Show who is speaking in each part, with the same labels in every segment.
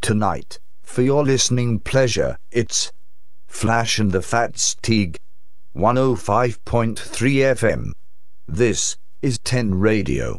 Speaker 1: tonight. For your listening pleasure, it's Flash and the Fats oh Teague, 105.3 FM. This is 10 Radio.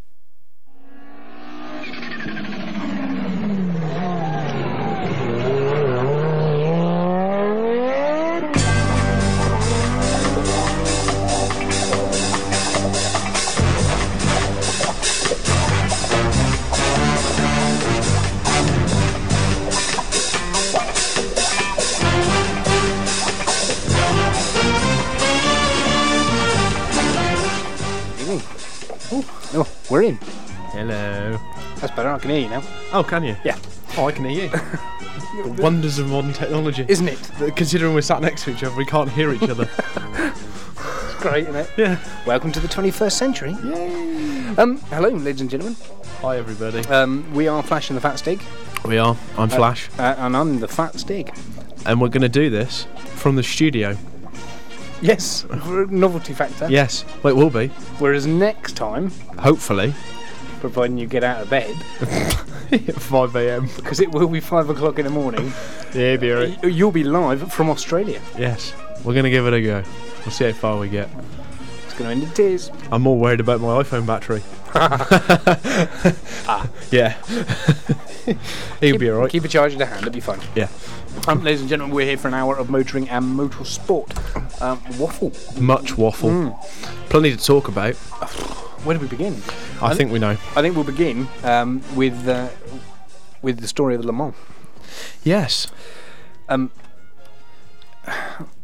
Speaker 2: No, we're in.
Speaker 3: Hello.
Speaker 2: That's better. I can hear you now.
Speaker 3: Oh, can you?
Speaker 2: Yeah.
Speaker 3: Oh, I can hear you. the wonders of modern technology. Uh,
Speaker 2: Isn't it?
Speaker 3: Considering we're sat next to each other, we can't hear each other.
Speaker 2: It's great, isn't it?
Speaker 3: yeah.
Speaker 2: Welcome to the 21st century. Um, hello, ladies and gentlemen.
Speaker 3: Hi, everybody.
Speaker 2: Um, we are flashing the fat stick,
Speaker 3: we are. I'm Flash,
Speaker 2: uh, and I'm the fat stick.
Speaker 3: and we're going to do this from the studio.
Speaker 2: Yes, for a novelty factor.
Speaker 3: Yes. Well, it will be.
Speaker 2: Whereas next time,
Speaker 3: Hopefully.
Speaker 2: providing you get out of bed,
Speaker 3: At 5 a.m.
Speaker 2: because it will be five o'clock in the morning,
Speaker 3: Yeah, be alright.
Speaker 2: y- you'll be live from Australia.
Speaker 3: Yes. We're going to give it a go. We'll see how far we get.
Speaker 2: It's going to end in tears.
Speaker 3: I'm more worried about my iPhone battery. Yeah. He'll
Speaker 2: Keep-
Speaker 3: be alright.
Speaker 2: Ah. Keep a charge in the hand. It'll be fine.
Speaker 3: Yeah.
Speaker 2: Um, ladies and gentlemen, we're here for an hour of motoring and motorsport. Um, waffle.
Speaker 3: Much waffle.
Speaker 2: Mm.
Speaker 3: Plenty to talk about.
Speaker 2: Where do we begin?
Speaker 3: I think we know.
Speaker 2: I think we'll begin um, with uh, with the story of Le Mans.
Speaker 3: Yes.
Speaker 2: Um,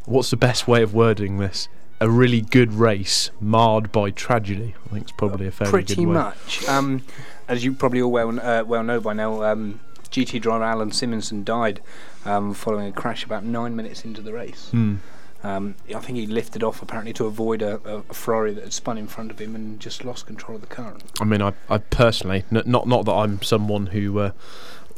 Speaker 3: What's the best way of wording this? A really good race marred by tragedy. I think it's probably a fairly
Speaker 2: pretty
Speaker 3: good way.
Speaker 2: much, um, as you probably all well uh, well know by now, um, GT driver Alan Simonson died um, following a crash about nine minutes into the race.
Speaker 3: Hmm.
Speaker 2: Um, I think he lifted off apparently to avoid a, a, a Ferrari that had spun in front of him and just lost control of the car.
Speaker 3: I mean, I, I personally, n- not not that I'm someone who uh,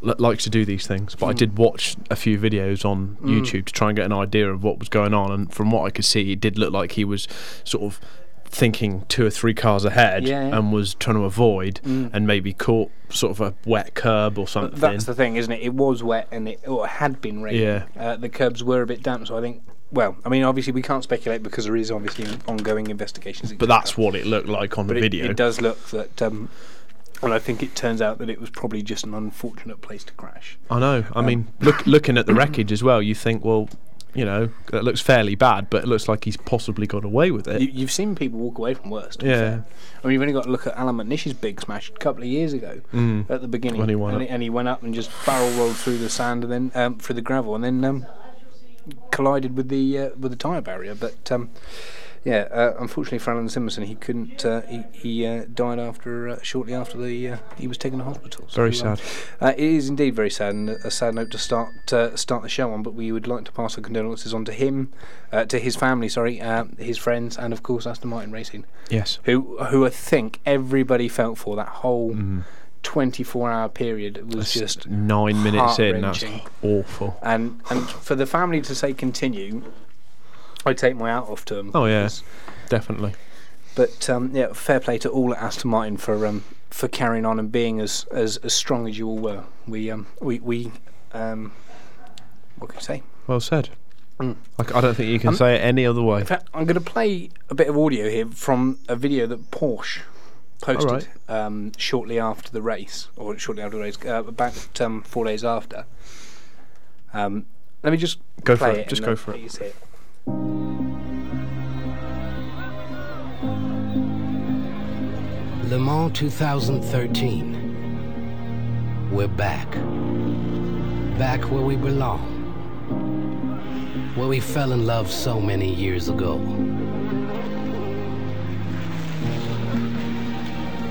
Speaker 3: l- likes to do these things, but I
Speaker 2: Mm.
Speaker 3: did watch a few videos on
Speaker 2: Mm.
Speaker 3: YouTube to try and get an idea of what was going on. And from what I could see, it did look like he was sort of thinking two or three cars ahead
Speaker 2: Yeah, yeah.
Speaker 3: and was trying to avoid
Speaker 2: Mm.
Speaker 3: and maybe caught sort of a wet curb or something.
Speaker 2: That's the thing, isn't it? It was wet and it or it had been raining.
Speaker 3: Yeah.
Speaker 2: Uh, the curbs were a bit damp, so I think. Well, I mean, obviously we can't speculate because there is obviously ongoing investigations.
Speaker 3: but
Speaker 2: etc.
Speaker 3: that's what it looked like on
Speaker 2: But
Speaker 3: the
Speaker 2: it,
Speaker 3: video.
Speaker 2: It does look that, um, and I think it turns out that it was probably just an unfortunate place to crash.
Speaker 3: I know. I mean, look, looking at the wreckage as well, you think, well, you know, that looks fairly bad, but it looks like he's possibly got away with it.
Speaker 2: You, you've seen people walk away from worse. to be
Speaker 3: yeah.
Speaker 2: fair. I mean, you've only got to look at Alan McNish's big smash a couple of years ago
Speaker 3: Mm.
Speaker 2: at the beginning,
Speaker 3: When he went
Speaker 2: and,
Speaker 3: up.
Speaker 2: and he went up and just barrel rolled through the sand and then um, through the gravel and then um, collided with the uh, with the tyre barrier. But um, yeah, uh, unfortunately for Alan Simonson, he couldn't. Uh, he he uh, died after uh, shortly after the uh, he was taken to hospital. So,
Speaker 3: Very
Speaker 2: um,
Speaker 3: sad.
Speaker 2: Uh, it is indeed very sad, and a sad note to start uh, start the show on. But we would like to pass our condolences on to him, uh, to his family, sorry, uh, his friends, and of course Aston Martin Racing,
Speaker 3: Yes.
Speaker 2: who who I think everybody felt for that whole
Speaker 3: Mm.
Speaker 2: 24 hour period. It was
Speaker 3: That's
Speaker 2: just
Speaker 3: nine minutes in. That's
Speaker 2: heart-wrenching.
Speaker 3: awful.
Speaker 2: and and for the family to say continue, I take my out off to them.
Speaker 3: Oh, yeah.
Speaker 2: because-
Speaker 3: Definitely.
Speaker 2: But um, yeah, fair play to all at Aston Martin for um, for carrying on and being as, as, as strong as you all were. We um, we we um, what can I say?
Speaker 3: Well said.
Speaker 2: Mm.
Speaker 3: Like, I don't think you can
Speaker 2: Um,
Speaker 3: say it any other way.
Speaker 2: In fact, I'm going to play a bit of audio here from a video that Porsche posted
Speaker 3: Alright.
Speaker 2: um, shortly after the race, or shortly after the race, uh, about um, four days after. Um, let me just
Speaker 3: Go for
Speaker 2: play
Speaker 3: it, just
Speaker 2: and
Speaker 3: go
Speaker 2: then
Speaker 3: for
Speaker 2: let
Speaker 3: it.
Speaker 2: you see
Speaker 4: Le Mans 2013. We're back. Back where we belong. Where we fell in love so many years ago.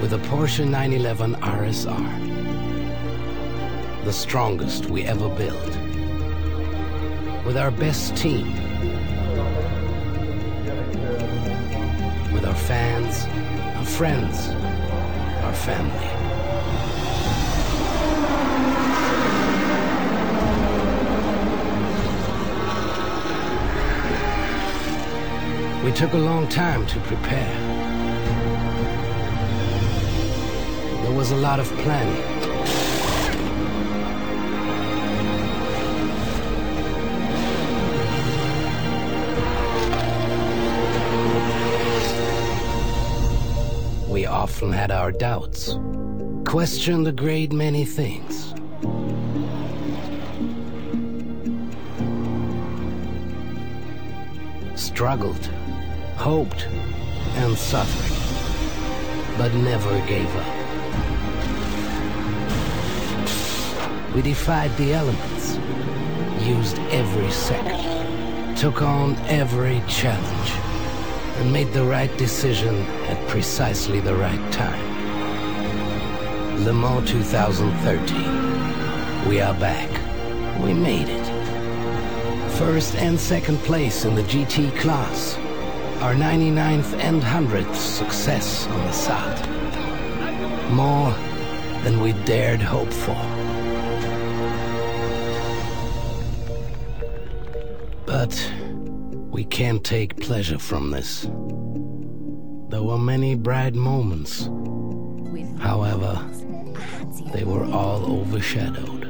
Speaker 4: With a Porsche 911 RSR. The strongest we ever built. With our best team. With our fans, our friends, our family. We took a long time to prepare. There was a lot of planning. often had our doubts, questioned a great many things. Struggled, hoped, and suffered, but never gave up. We defied the elements, used every second, took on every challenge and made the right decision at precisely the right time. Le Mans 2013. We are back. We made it. First and second place in the GT class. Our 99th and 100th success on the SAT. More than we dared hope for. But we can't take pleasure from this. There were many bright moments. However, they were all overshadowed.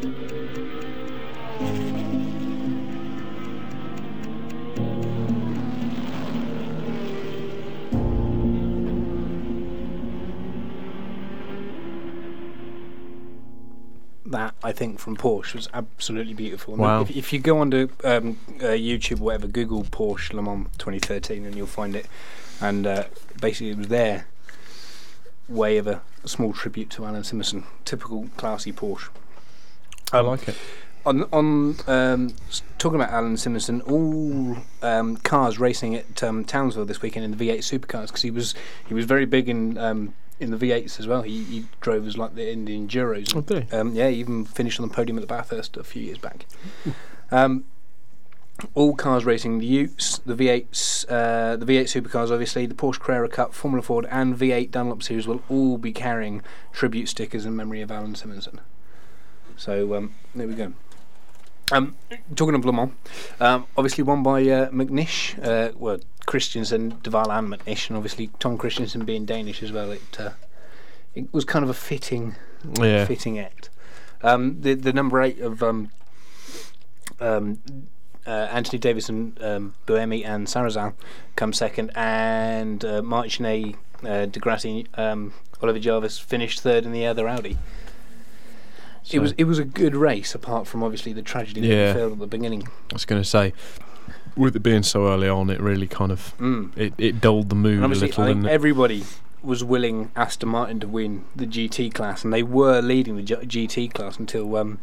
Speaker 2: that I think from Porsche was absolutely beautiful. And
Speaker 3: Wow.
Speaker 2: If, if you go onto um, uh, YouTube, whatever, Google Porsche Le Mans 2013, and you'll find it. And uh, basically, it was their way of a small tribute to Alan Simerson, typical classy Porsche.
Speaker 3: I like it.
Speaker 2: On on um, s- talking about Alan Simonson, all um, cars racing at um, Townsville this weekend in the V8 supercars because he was he was very big in um, in the V8s as well. He, he drove as like the, in the enduros.
Speaker 3: Oh, did he?
Speaker 2: Um, yeah, he even finished on the podium at the Bathurst a few years back. Um, all cars racing the Utes, the V8s, uh, the V8 supercars, obviously the Porsche Carrera Cup, Formula Ford, and V8 Dunlop Series will all be carrying tribute stickers in memory of Alan Simonson. So um, there we go. Um, talking of Le Mans, um, obviously won by uh, McNish, uh, well Christensen, Deval, and McNish, and obviously Tom Christensen being Danish as well. It uh, it was kind of a fitting
Speaker 3: Yeah.
Speaker 2: fitting act. Um, the the number eight of um, um, uh, Anthony Davison, um, Buemi, and Sarazan come second, and uh, Martinet, uh, DeGrassi, um, Oliver Jarvis finished third in the other Audi. It
Speaker 3: So-
Speaker 2: was it was a good race, apart from obviously the tragedy
Speaker 3: Yeah.
Speaker 2: that we felt at the beginning.
Speaker 3: I was going to say, with it being so early on, it really kind of
Speaker 2: Mm.
Speaker 3: it, it dulled the mood
Speaker 2: And
Speaker 3: a
Speaker 2: obviously,
Speaker 3: little.
Speaker 2: I think
Speaker 3: didn't it?
Speaker 2: everybody was willing Aston Martin to win the GT class, and they were leading the G- GT class until um,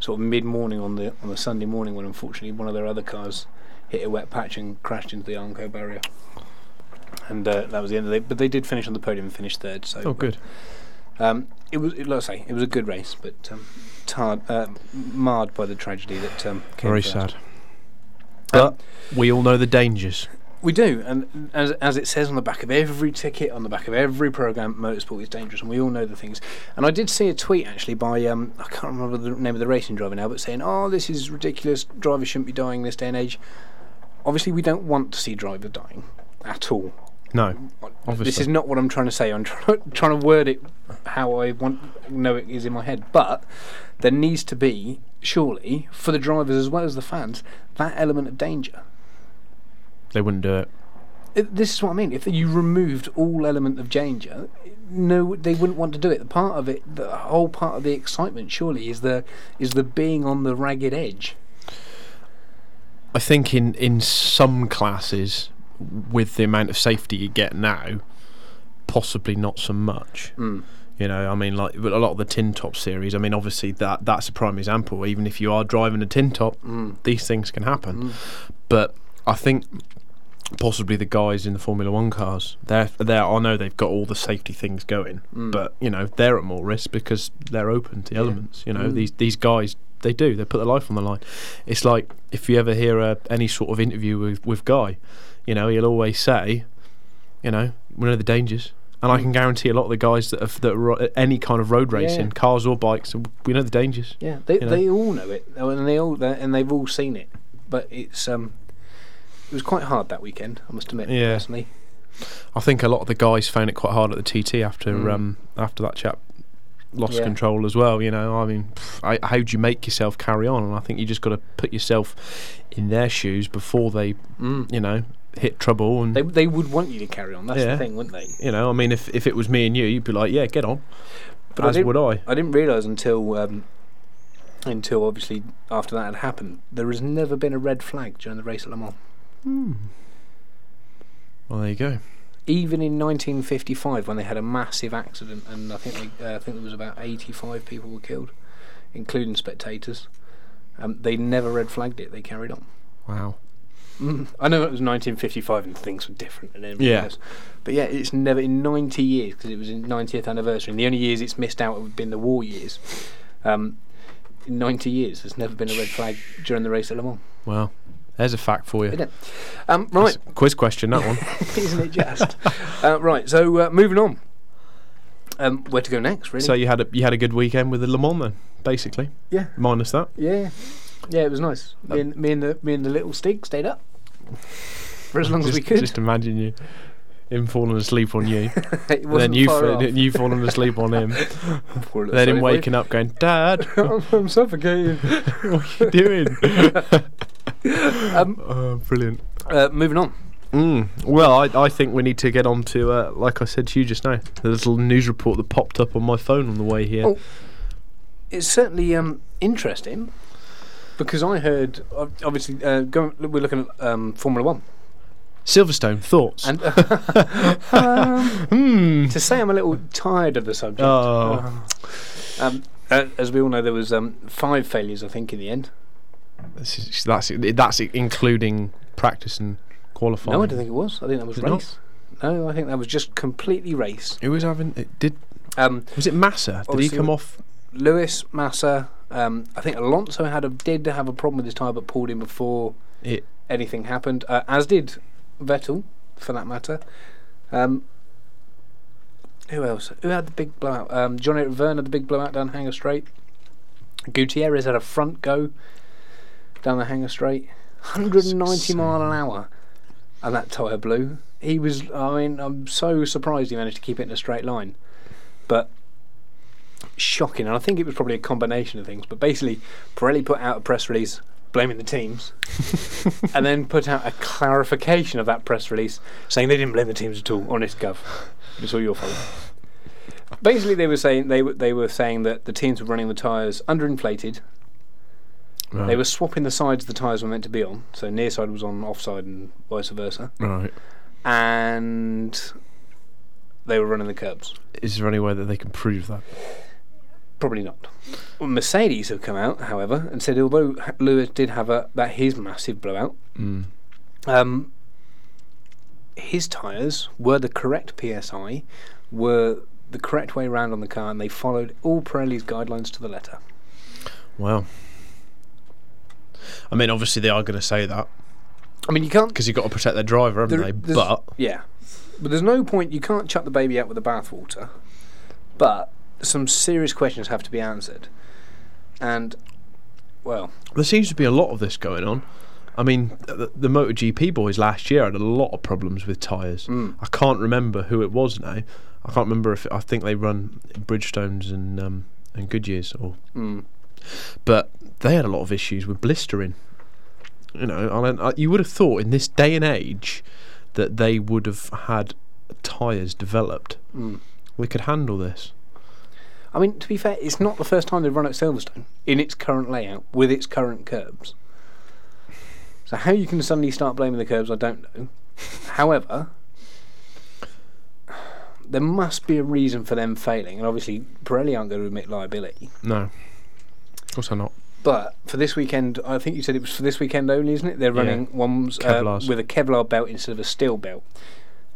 Speaker 2: sort of mid morning on the on the Sunday morning when unfortunately one of their other cars hit a wet patch and crashed into the Armco barrier. And uh, that was the end of it. But they did finish on the podium and finished third. So
Speaker 3: oh, good.
Speaker 2: Um, it was, it, like I say, it was a good race, but um, tarred, uh, marred by the tragedy that um, came.
Speaker 3: Very
Speaker 2: first.
Speaker 3: sad. But we all know the dangers.
Speaker 2: We do, and as as it says on the back of every ticket, on the back of every program, motorsport is dangerous, and we all know the things. And I did see a tweet actually by um, I can't remember the name of the racing driver now, but saying, "Oh, this is ridiculous. Drivers shouldn't be dying this day and age." Obviously, we don't want to see drivers dying at all.
Speaker 3: No, obviously.
Speaker 2: This is not what I'm trying to say. I'm try- trying to word it how I want know it is in my head. But there needs to be surely for the drivers as well as the fans that element of danger.
Speaker 3: they wouldn't do it.
Speaker 2: It- This is what I mean. If you removed all element of danger, no, they wouldn't want to do it. The part of it, the whole part of the excitement, surely, is the is the being on the ragged edge.
Speaker 3: I think in in some classes, with the amount of safety you get now, possibly not so much.
Speaker 2: Mm.
Speaker 3: You know, I mean, like with a lot of the tin top series. I mean, obviously that that's a prime example. Even if you are driving a tin top, these things can happen. But I think possibly the guys in the Formula One cars, they're they I know they've got all the safety things going, but you know they're at more risk because they're open to elements. You know, these these guys they do they put their life on the line. It's like if you ever hear uh, any sort of interview with with Guy, you know he'll always say, you know, we know the dangers. And
Speaker 2: Hmm.
Speaker 3: I can guarantee a lot of the guys that have that are ro- any kind of road racing,
Speaker 2: Yeah.
Speaker 3: cars or bikes, we know the dangers.
Speaker 2: Yeah, they
Speaker 3: You know?
Speaker 2: they all know it, though, and they all they- and they've all seen it. But it's um, it was quite hard that weekend. I must admit,
Speaker 3: Yeah.
Speaker 2: personally.
Speaker 3: I think a lot of the guys found it quite hard at the TT after
Speaker 2: Mm.
Speaker 3: um, after that chap lost
Speaker 2: Yeah.
Speaker 3: control as well. You know, I mean, pff, I, how do you make yourself carry on? And I think you just got to put yourself in their shoes before they,
Speaker 2: Mm.
Speaker 3: you know, hit trouble and
Speaker 2: They they would want you to carry on. That's
Speaker 3: Yeah.
Speaker 2: the thing, wouldn't they?
Speaker 3: you know, I mean, if if it was me and you, you'd be like, yeah, get on.
Speaker 2: But I
Speaker 3: As
Speaker 2: did-
Speaker 3: would I.
Speaker 2: I didn't realise until um, until obviously after that had happened, there has never been a red flag during the race at Le Mans.
Speaker 3: Well, there you go.
Speaker 2: Even in 1955, when they had a massive accident, and I think they, uh, I think there was about 85 people were killed, including spectators. Um, they never red flagged it. They carried on.
Speaker 3: Wow.
Speaker 2: I know it was 1955 and things were different and everything
Speaker 3: Yeah.
Speaker 2: else. But yeah, it's never in 90 years because it was in 90th anniversary. And the only years it's missed out have been the war years. Um, in 90 years, there's never been a red flag during the race at Le Mans.
Speaker 3: Well, there's a fact for you.
Speaker 2: Isn't it? Um, right,
Speaker 3: That's a Quiz question that one.
Speaker 2: isn't it just? uh, right, so uh, moving on. Um, where to go next? Really?
Speaker 3: so you had a, you had a good weekend with the Le Mans then, basically.
Speaker 2: yeah,
Speaker 3: Minus that.
Speaker 2: yeah, yeah. It was nice. Me
Speaker 3: Um,
Speaker 2: and, me and the me and the little Stig stayed up for as long
Speaker 3: just,
Speaker 2: as we could.
Speaker 3: Just imagine you him falling asleep on you,
Speaker 2: it
Speaker 3: and then
Speaker 2: wasn't
Speaker 3: you
Speaker 2: far
Speaker 3: fa-
Speaker 2: off.
Speaker 3: you falling asleep on him,
Speaker 2: Poor little
Speaker 3: then him
Speaker 2: silly boy.
Speaker 3: waking up going, "Dad,
Speaker 2: I'm, I'm suffocating.
Speaker 3: what are you doing?"
Speaker 2: Um,
Speaker 3: oh, brilliant.
Speaker 2: uh, moving on.
Speaker 3: Mm. Well, I, I think we need to get on to, uh, like I said to you just now, the little news report that popped up on my phone on the way here.
Speaker 2: Oh. It's certainly um, interesting because I heard, ob- obviously, uh, go, we're looking at um, Formula One.
Speaker 3: Silverstone thoughts.
Speaker 2: And um,
Speaker 3: Hmm.
Speaker 2: to say I'm a little tired of the subject,
Speaker 3: Oh.
Speaker 2: um, uh, as we all know, there was um, five failures, I think, in the end.
Speaker 3: This is- That's, that's including practice and qualifying.
Speaker 2: No, I don't think it was. I think that was
Speaker 3: Did it not?
Speaker 2: race. No, I think that was just completely race.
Speaker 3: Who was having? It did
Speaker 2: Um,
Speaker 3: was it Massa? Did he
Speaker 2: Obviously
Speaker 3: come
Speaker 2: we-
Speaker 3: off?
Speaker 2: Lewis, Massa, um, I think Alonso had a, did have a problem with his tyre, but pulled in before
Speaker 3: It
Speaker 2: anything happened, uh, as did Vettel, for that matter. Um, who else? Who had the big blowout? Um, Johnny Verne had the big blowout down Hanger Straight. Gutierrez had a front go down the Hanger Straight, 190 mile an hour, and that tyre blew. He was. I mean, I'm so surprised he managed to keep it in a straight line, but shocking. And I think it was probably a combination of things. But basically, Pirelli put out a press release blaming the teams and then put out a clarification of that press release saying they didn't blame the teams at all. Honest, Gov, it's all your fault. Basically, they were saying they were they were saying that the teams were running the tyres underinflated.
Speaker 3: right.
Speaker 2: They were swapping the sides the tyres were meant to be on, so near side was on offside and vice versa,
Speaker 3: right.
Speaker 2: and they were running the curbs.
Speaker 3: Is there any way that they can prove that?
Speaker 2: Probably not. Well, Mercedes have come out, however, and said although H- Lewis did have a that his massive blowout,
Speaker 3: Mm.
Speaker 2: um, his tyres were the correct psi, were the correct way round on the car, and they followed all Pirelli's guidelines to the letter.
Speaker 3: Wow. I mean, obviously they are going to say that
Speaker 2: I mean, you can't.
Speaker 3: because you've got to protect their driver, haven't
Speaker 2: there-
Speaker 3: they?
Speaker 2: there's-
Speaker 3: But
Speaker 2: yeah, but there's no point. You can't chuck the baby out with the bathwater. But some serious questions have to be answered, and well,
Speaker 3: there seems to be a lot of this going on. I mean, the, the MotoGP boys last year had a lot of problems with tyres. I can't remember who it was now. I can't remember if I think they run Bridgestones and um, and Goodyears or. But they had a lot of issues with blistering. You know, I don't, I, you would have thought in this day and age that they would have had tyres developed. We could handle this.
Speaker 2: I mean, to be fair, it's not the first time they've run at Silverstone in its current layout with its current curbs. So how you can suddenly start blaming the curbs, I don't know. However, there must be a reason for them failing, and obviously Pirelli aren't going to admit liability.
Speaker 3: No, of course I'm not.
Speaker 2: But for this weekend, I think you said it was for this weekend only, isn't it? They're
Speaker 3: Yeah.
Speaker 2: running ones uh,
Speaker 3: Kevlars.
Speaker 2: with a Kevlar belt instead of a steel belt.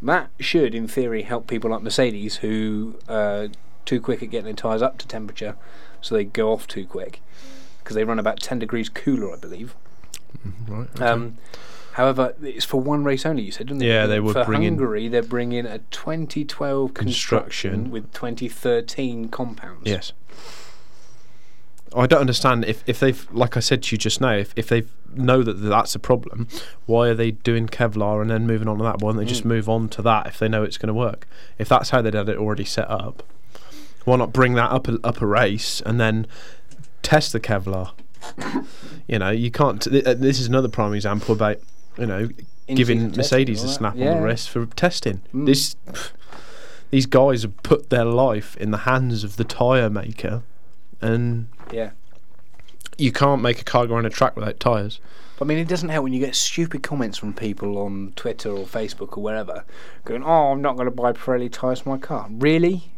Speaker 2: That should, in theory, help people like Mercedes who are too quick at getting their tyres up to temperature, so they go off too quick because they run about 10 degrees cooler, I believe.
Speaker 3: Right.
Speaker 2: Um, however, it's for one race only, you said, didn't they?
Speaker 3: Yeah, they were
Speaker 2: For
Speaker 3: bringing-
Speaker 2: Hungary, they're bringing a 2012 construction,
Speaker 3: Construction.
Speaker 2: with 2013 compounds.
Speaker 3: Yes. I don't understand if, if they've, like I said to you just now, if, if they know that that's a problem, why are they doing Kevlar and then moving on to that? Why don't they just move on to that if they know it's going to work? If that's how they'd had it already set up, why not bring that up a, up a race and then test the Kevlar? you know, you can't. th- uh, This is another prime example about, you know,
Speaker 2: in
Speaker 3: giving
Speaker 2: season
Speaker 3: Mercedes a
Speaker 2: testing and all
Speaker 3: snap
Speaker 2: that.
Speaker 3: on the
Speaker 2: Yeah.
Speaker 3: wrist for testing.
Speaker 2: Mm.
Speaker 3: This, these guys have put their life in the hands of the tyre maker, and
Speaker 2: Yeah.
Speaker 3: you can't make a car go on a track without tyres.
Speaker 2: But, I mean, it doesn't help when you get stupid comments from people on Twitter or Facebook or wherever going, oh, I'm not going to buy Pirelli tyres for my car. Really?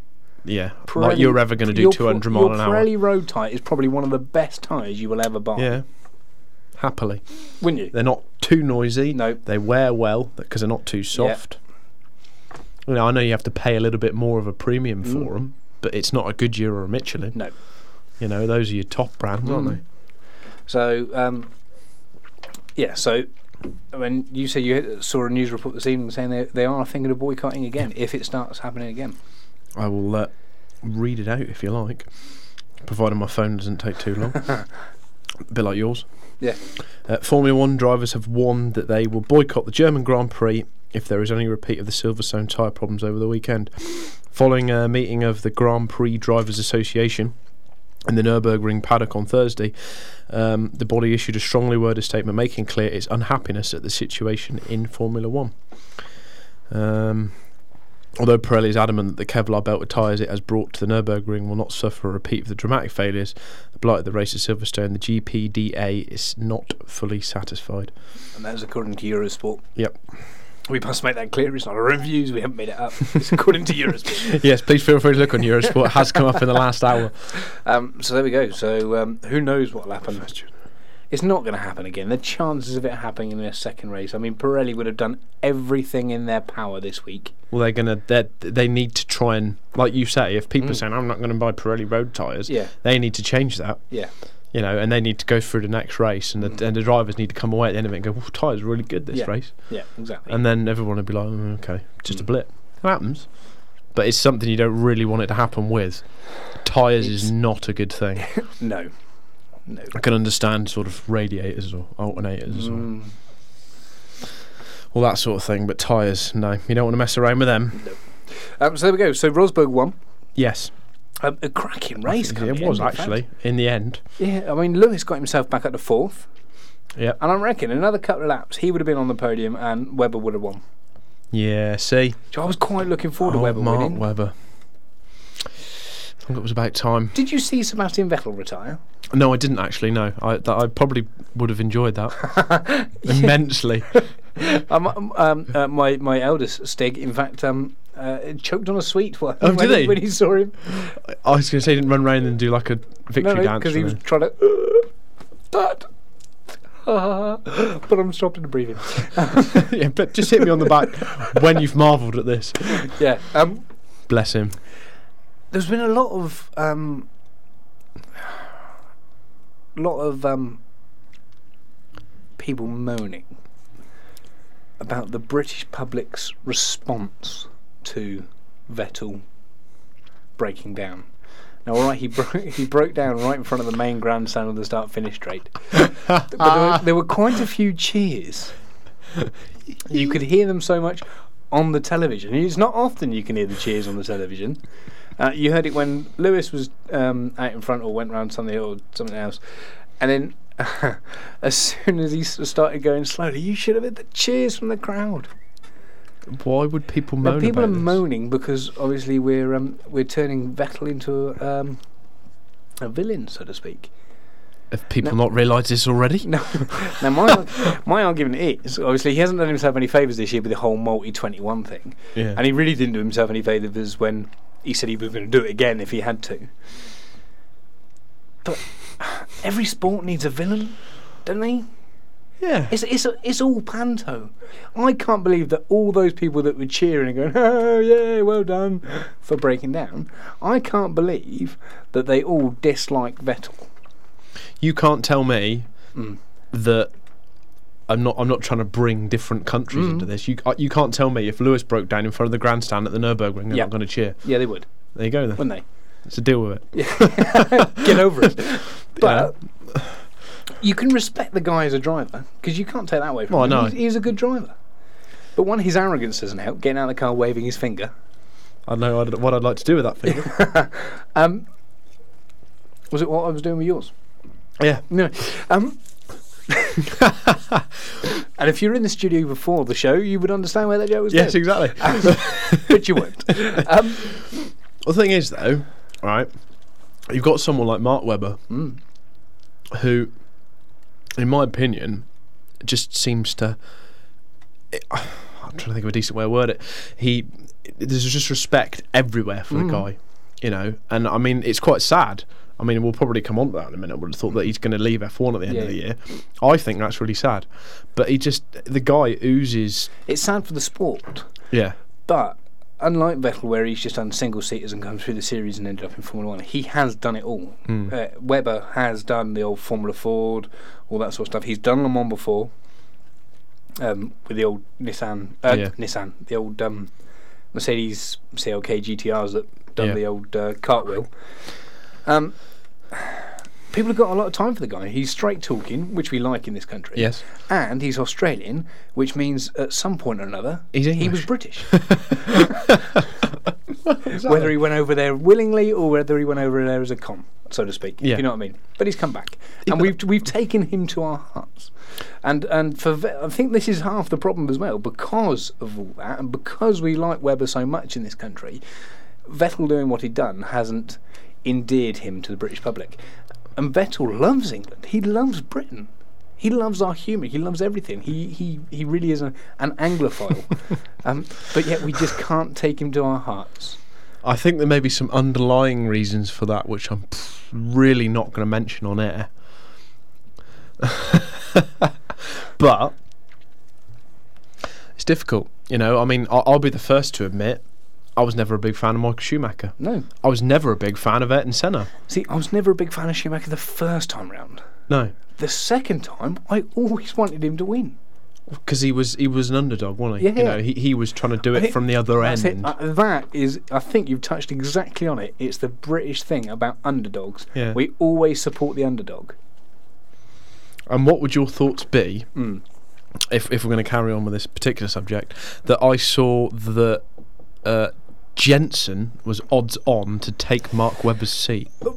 Speaker 3: Yeah,
Speaker 2: Pirelli,
Speaker 3: like you're ever going to do
Speaker 2: your
Speaker 3: 200
Speaker 2: Pir-
Speaker 3: mile an
Speaker 2: your
Speaker 3: hour.
Speaker 2: Pirelli road tyre is probably one of the best tyres you will ever buy.
Speaker 3: Yeah, happily.
Speaker 2: Wouldn't you?
Speaker 3: They're not too noisy.
Speaker 2: No.
Speaker 3: They wear well because they're not too soft. You know, I know you have to pay a little bit more of a premium for 'em, for them, but it's not a Goodyear or a Michelin.
Speaker 2: No.
Speaker 3: You know, those are your top brands, aren't
Speaker 2: Mm. So, um, yeah, so when you say you hit- saw a news report this evening saying they, they are thinking of boycotting again if it starts happening again.
Speaker 3: they? I will uh, read it out if you like, provided my phone doesn't take too long. a bit like yours.
Speaker 2: Yeah.
Speaker 3: Uh, Formula One drivers have warned that they will boycott the German Grand Prix if there is any repeat of the Silverstone tyre problems over the weekend. Following a meeting of the Grand Prix Drivers Association in the Nürburgring paddock on Thursday, um, the body issued a strongly worded statement making clear its unhappiness at the situation in Formula One. Um, although Pirelli is adamant that the Kevlar belt of tyres it has brought to the Nürburgring will not suffer a repeat of the dramatic failures that blighted the race at Silverstone, the GPDA is not fully satisfied.
Speaker 2: And that's according to Eurosport.
Speaker 3: Yep.
Speaker 2: We must make that clear. It's not a reviews. We haven't made it up. It's according to Eurosport.
Speaker 3: yes, please feel free to look on Eurosport. It has come up in the last hour.
Speaker 2: Um, so there we go. So um, who knows what'll happen? It's not going to happen again. The chances of it happening in a second race. I mean, Pirelli would have done everything in their power this week.
Speaker 3: Well, they're gonna they they need to try and like you say, if people are
Speaker 2: Mm.
Speaker 3: saying I'm not going to buy Pirelli road tyres,
Speaker 2: Yeah,
Speaker 3: they need to change that.
Speaker 2: yeah,
Speaker 3: You know, and they need to go through the next race, and the,
Speaker 2: Mm.
Speaker 3: and the drivers need to come away at the end of it and go, "Well, tyres are really good this
Speaker 2: Yeah.
Speaker 3: race,"
Speaker 2: yeah, exactly.
Speaker 3: and then everyone would be like, "Mm, "Okay, just a
Speaker 2: Mm.
Speaker 3: blip." It happens, but it's something you don't really want it to happen with. Tyres
Speaker 2: It's-
Speaker 3: is not a good thing.
Speaker 2: no, no.
Speaker 3: I can understand sort of radiators or alternators or
Speaker 2: Mm,
Speaker 3: all that sort of thing, but tyres, no, you don't want to mess around with them.
Speaker 2: Um, so there we go. So Rosberg won.
Speaker 3: Yes,
Speaker 2: Um, a cracking
Speaker 3: I
Speaker 2: race.
Speaker 3: think
Speaker 2: coming
Speaker 3: it
Speaker 2: in,
Speaker 3: was
Speaker 2: in fact.
Speaker 3: actually in the end.
Speaker 2: Yeah, I mean Lewis got himself back up to fourth.
Speaker 3: Yep.
Speaker 2: And I reckon another couple of laps he would have been on the podium and Webber would have won.
Speaker 3: Yeah, see,
Speaker 2: So I was quite looking forward to
Speaker 3: Oh,
Speaker 2: Webber
Speaker 3: Mark
Speaker 2: winning.
Speaker 3: Webber. I think it was about time.
Speaker 2: Did you see Sebastian Vettel retire?
Speaker 3: No, I didn't actually. No, I that, I probably would have enjoyed that immensely.
Speaker 2: um, um, um, uh, my my eldest Stig, in fact, um, uh, choked on a sweet one.
Speaker 3: Oh,
Speaker 2: when
Speaker 3: did
Speaker 2: he?
Speaker 3: he?
Speaker 2: When he saw him,
Speaker 3: I- I was going to say, didn't run round and do like a victory dance.
Speaker 2: because he
Speaker 3: or
Speaker 2: was
Speaker 3: anything.
Speaker 2: trying to. Dad. but I'm stopping to breathing.
Speaker 3: yeah, but just hit me on the back when you've marvelled at this.
Speaker 2: Yeah. Um,
Speaker 3: Bless him.
Speaker 2: there's been a lot of um, lot of um, people moaning about the British public's response to Vettel breaking down. Now, all right, he broke he broke down right in front of the main grandstand on the start finish straight, but there were, there were quite a few cheers. You could hear them so much on the television. It's not often you can hear the cheers on the television. Uh, you heard it when Lewis was um, out in front or went round something or something else, and then as soon as he s- started going slowly, you should have heard the cheers from the crowd.
Speaker 3: Why would people
Speaker 2: Now,
Speaker 3: moan?
Speaker 2: people are
Speaker 3: about this?
Speaker 2: moaning because obviously we're um, we're turning Vettel into um, a villain, so to speak.
Speaker 3: Have people not realised this already?
Speaker 2: No, now my my argument is obviously he hasn't done himself any favours this year with the whole multi twenty one thing.
Speaker 3: Yeah.
Speaker 2: And he really didn't do himself any favours when he said he was going to do it again if he had to. But every sport needs a villain, don't they?
Speaker 3: yeah.
Speaker 2: It's, it's, it's all panto. I can't believe that all those people that were cheering and going, oh, yeah, well done, for breaking down, I can't believe that they all dislike Vettel.
Speaker 3: You can't tell me
Speaker 2: Mm.
Speaker 3: that I'm not. I'm not trying to bring different countries
Speaker 2: Mm.
Speaker 3: into this. You uh, you can't tell me if Lewis broke down in front of the grandstand at the Nurburgring, they're
Speaker 2: Yeah.
Speaker 3: not going to cheer.
Speaker 2: Yeah, they would,
Speaker 3: There you go. Then.
Speaker 2: wouldn't
Speaker 3: It's a deal with it.
Speaker 2: they? Get over it. But you can respect the guy as a driver because you can't take that away from
Speaker 3: Well,
Speaker 2: him.
Speaker 3: no.
Speaker 2: He's, he's a good driver. But one, his arrogance doesn't help. Getting out of the car, waving his finger.
Speaker 3: I know I'd- what I'd like to do with that thing.
Speaker 2: Um, was it what I was doing with yours?
Speaker 3: yeah.
Speaker 2: No. Um, and if you were in the studio before the show, you would understand where that joke was.
Speaker 3: yes,
Speaker 2: going.
Speaker 3: exactly.
Speaker 2: but you won't. Um,
Speaker 3: The thing is, though, right, you've got someone like Mark Webber,
Speaker 2: Hmm.
Speaker 3: who, in my opinion, just seems to. I'm trying to think of a decent way to word it. He, there's just respect
Speaker 2: Hmm.
Speaker 3: everywhere for the guy, you know. And I mean, it's quite sad. I mean, we'll probably come on to that in a minute. I would have thought that he's going to leave F1 at the end of the
Speaker 2: Yeah.
Speaker 3: year. I think that's really sad. But he just, the guy oozes.
Speaker 2: it's sad for the sport,
Speaker 3: Yeah.
Speaker 2: but unlike Vettel, where he's just done single seaters and come through the series and ended up in Formula One, he has done it all.
Speaker 3: Hmm.
Speaker 2: Uh, Webber has done the old Formula Ford, all that sort of stuff. He's done Le Mans before um, with the old Nissan, uh,
Speaker 3: Yeah.
Speaker 2: Nissan, the old um, Mercedes CLK GTRs that done
Speaker 3: Yeah.
Speaker 2: the old uh, cartwheel. Um, people have got a lot of time for the guy. He's straight talking, which we like in this country.
Speaker 3: Yes.
Speaker 2: And he's Australian, which means at some point or another
Speaker 3: He's
Speaker 2: he was
Speaker 3: English.
Speaker 2: British. Whether he went over there willingly or whether he went over there as a con, so to speak.
Speaker 3: Yeah.
Speaker 2: You know what I mean? But he's come back,
Speaker 3: Yeah,
Speaker 2: and
Speaker 3: but-
Speaker 2: we've we've taken him to our hearts, and and for Ve- I think this is half the problem as well because of all that, and because we like Webber so much in this country, Vettel doing what he'd done hasn't endeared him to the British public, and Vettel loves England. He loves Britain. He loves our humour. He loves everything. He he, he really is an, an Anglophile, um, but yet we just can't take him to our hearts.
Speaker 3: I think there may be some underlying reasons for that, which I'm pff, really not going to mention on air. but it's difficult, you know. I mean, I'll, I'll be the first to admit I was never a big fan of Michael Schumacher.
Speaker 2: No,
Speaker 3: I was never a big fan of Ayrton Senna.
Speaker 2: See, I was never a big fan of Schumacher the first time round.
Speaker 3: No,
Speaker 2: The second time, I always wanted him to win.
Speaker 3: because he was he was an underdog, wasn't he?
Speaker 2: Yeah,
Speaker 3: You
Speaker 2: yeah.
Speaker 3: know, he, he was trying to do
Speaker 2: I
Speaker 3: it
Speaker 2: think
Speaker 3: from the other
Speaker 2: That's it.
Speaker 3: end.
Speaker 2: Uh, that is, I think you've touched exactly on it. It's the British thing about underdogs.
Speaker 3: Yeah.
Speaker 2: We always support the underdog.
Speaker 3: And what would your thoughts be if if we're going to carry on with this particular subject? That I saw that uh, Jensen was odds on to take Mark Webber's seat.
Speaker 2: I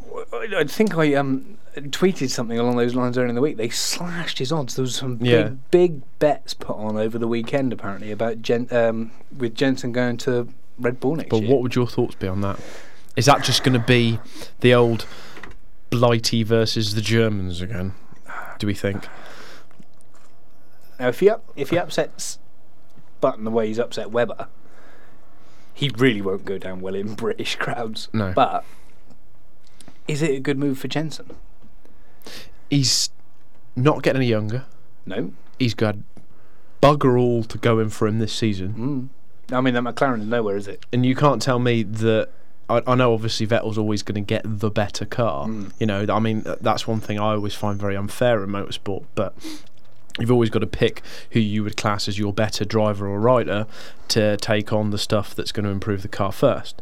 Speaker 2: I think I um, tweeted something along those lines earlier in the week. They slashed his odds. There was some
Speaker 3: Yeah.
Speaker 2: big, big bets put on over the weekend, apparently, about Jen, um, with Jensen going to Red Bull next
Speaker 3: But
Speaker 2: year.
Speaker 3: what would your thoughts be on that? Is that just going to be the old Blighty versus the Germans again? Do we think?
Speaker 2: Now, if he up, if he upsets Button the way he's upset Webber, he really won't go down well in British crowds.
Speaker 3: No.
Speaker 2: But is it a good move for Jensen?
Speaker 3: He's not getting any younger.
Speaker 2: No.
Speaker 3: He's got bugger all to go in for him this season.
Speaker 2: Mm. I mean, that McLaren's nowhere, is it?
Speaker 3: and you can't tell me that. I, I know obviously Vettel's always going to get the better car. You know, I mean th- that's one thing I always find very unfair in motorsport, but. You've always got to pick who you would class as your better driver or rider to take on the stuff that's going to improve the car first.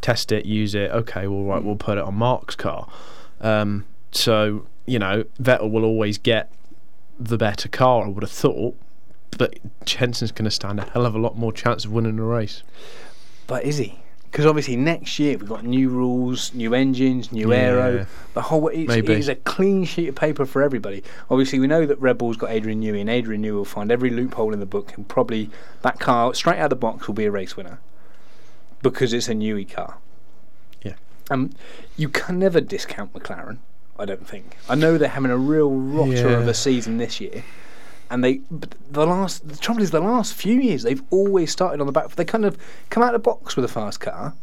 Speaker 3: Test it, use it. Okay, well, right, we'll put it on Mark's car. Um, so you know, Vettel will always get the better car. I would have thought, but Jensen's going to stand a hell of a lot more chance of winning a race.
Speaker 2: But is he? Because obviously next year we've got new rules, new engines, new
Speaker 3: Yeah.
Speaker 2: aero. The whole it's,
Speaker 3: Maybe.
Speaker 2: it is a clean sheet of paper for everybody. Obviously, we know that Red Bull's got Adrian Newey, and Adrian Newey will find every loophole in the book, and probably that car straight out of the box will be a race winner because it's a Newey car.
Speaker 3: Yeah.
Speaker 2: Um, you can never discount McLaren. I don't think. I know they're having a real rotter of
Speaker 3: Yeah.
Speaker 2: a season this year, and they. But the last, the trouble is, the last few years they've always started on the back. They kind of come out of the box with a fast car,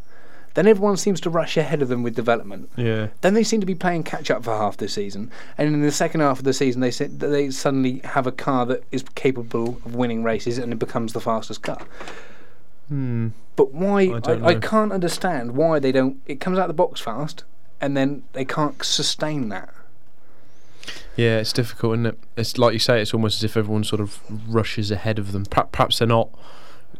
Speaker 2: then everyone seems to rush ahead of them with development.
Speaker 3: Yeah.
Speaker 2: Then they seem to be playing catch up for half the season, and in the second half of the season, they sit, they suddenly have a car that is capable of winning races, and it becomes the fastest car.
Speaker 3: Hmm.
Speaker 2: But why? I,
Speaker 3: don't
Speaker 2: I,
Speaker 3: know.
Speaker 2: can't understand why they don't. It comes out the box fast, and then they can't sustain that.
Speaker 3: Yeah, it's difficult, isn't it? It's like you say, it's almost as if everyone sort of rushes ahead of them. Per- Perhaps they're not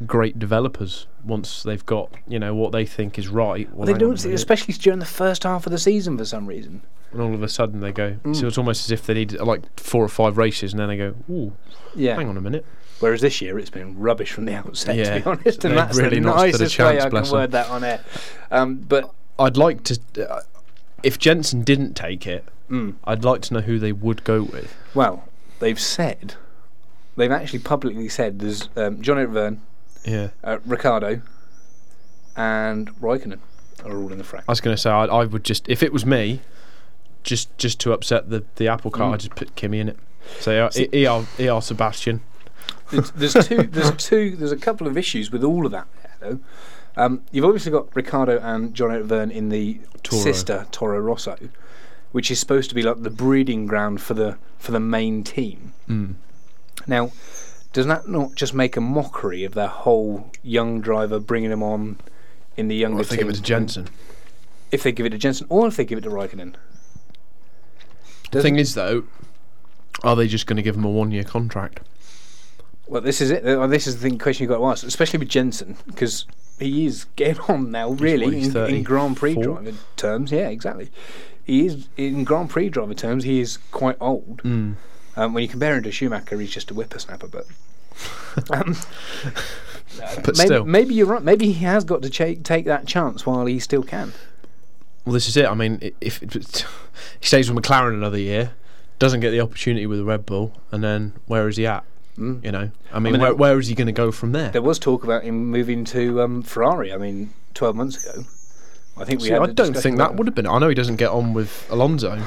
Speaker 3: great developers once they've got you know what they think is right. Well,
Speaker 2: they
Speaker 3: hang on a
Speaker 2: don't,
Speaker 3: minute.
Speaker 2: especially during the first half of the season for some reason.
Speaker 3: and all of a sudden they go. So it's almost as if they need uh, like four or five races, and then they go, "Ooh,
Speaker 2: Yeah.
Speaker 3: hang on a minute."
Speaker 2: Whereas this year it's been rubbish from the outset, to be
Speaker 3: Yeah.
Speaker 2: honest. And
Speaker 3: They've
Speaker 2: that's
Speaker 3: really
Speaker 2: the
Speaker 3: not stood a
Speaker 2: nicest
Speaker 3: chance,
Speaker 2: way I can
Speaker 3: bless 'em.
Speaker 2: word that on air. Um, but
Speaker 3: I'd like to. Uh, if Jensen didn't take it, I'd like to know who they would go with.
Speaker 2: Well, they've said, they've actually publicly said there's um, John Eric Verne,
Speaker 3: Yeah.
Speaker 2: uh, Ricardo, and Raikkonen are all in the frame.
Speaker 3: I was going to say I, I would just if it was me, just just to upset the, the apple cart, I just put Kimmy in it. So ER, ER, ER Sebastian.
Speaker 2: There's, there's two. There's two. There's a couple of issues with all of that there, though. Um, you've obviously got Ricardo and John Eric Verne in the
Speaker 3: Toro.
Speaker 2: sister Toro Rosso, which is supposed to be like the breeding ground for the for the main team.
Speaker 3: Mm.
Speaker 2: Now, does that not just make a mockery of their whole young driver bringing him on in the younger
Speaker 3: I think
Speaker 2: team?
Speaker 3: of it to Jensen.
Speaker 2: If they give it to Jensen, or if they give it to Raikkonen,
Speaker 3: The thing is though, are they just going to give him a one year contract?
Speaker 2: Well, this is it. Uh, This is the thing, question you got to ask, especially with Jensen, because he is getting on now,
Speaker 3: what,
Speaker 2: really,
Speaker 3: he's
Speaker 2: in, in Grand Prix
Speaker 3: 34?
Speaker 2: driver terms. Yeah, exactly. He is in Grand Prix driver terms. He is quite old.
Speaker 3: Hmm.
Speaker 2: Um, when you compare him to Schumacher, he's just a whippersnapper. But um,
Speaker 3: But
Speaker 2: maybe,
Speaker 3: still,
Speaker 2: maybe you're right. Maybe he has got to cha- take that chance while he still can.
Speaker 3: well this is it. I mean, i- if, if it's- he stays with McLaren another year, doesn't get the opportunity with the Red Bull, and then where is he at? You know, I
Speaker 2: Mm. mean,
Speaker 3: mean, where,
Speaker 2: there-
Speaker 3: where is he going to go from there?
Speaker 2: There was talk about him moving to um, Ferrari. I mean, 12 months ago. I think we.
Speaker 3: See,
Speaker 2: had
Speaker 3: I
Speaker 2: the
Speaker 3: don't
Speaker 2: discussion
Speaker 3: think
Speaker 2: about
Speaker 3: that
Speaker 2: him.
Speaker 3: would have been. I know he doesn't get on with Alonso,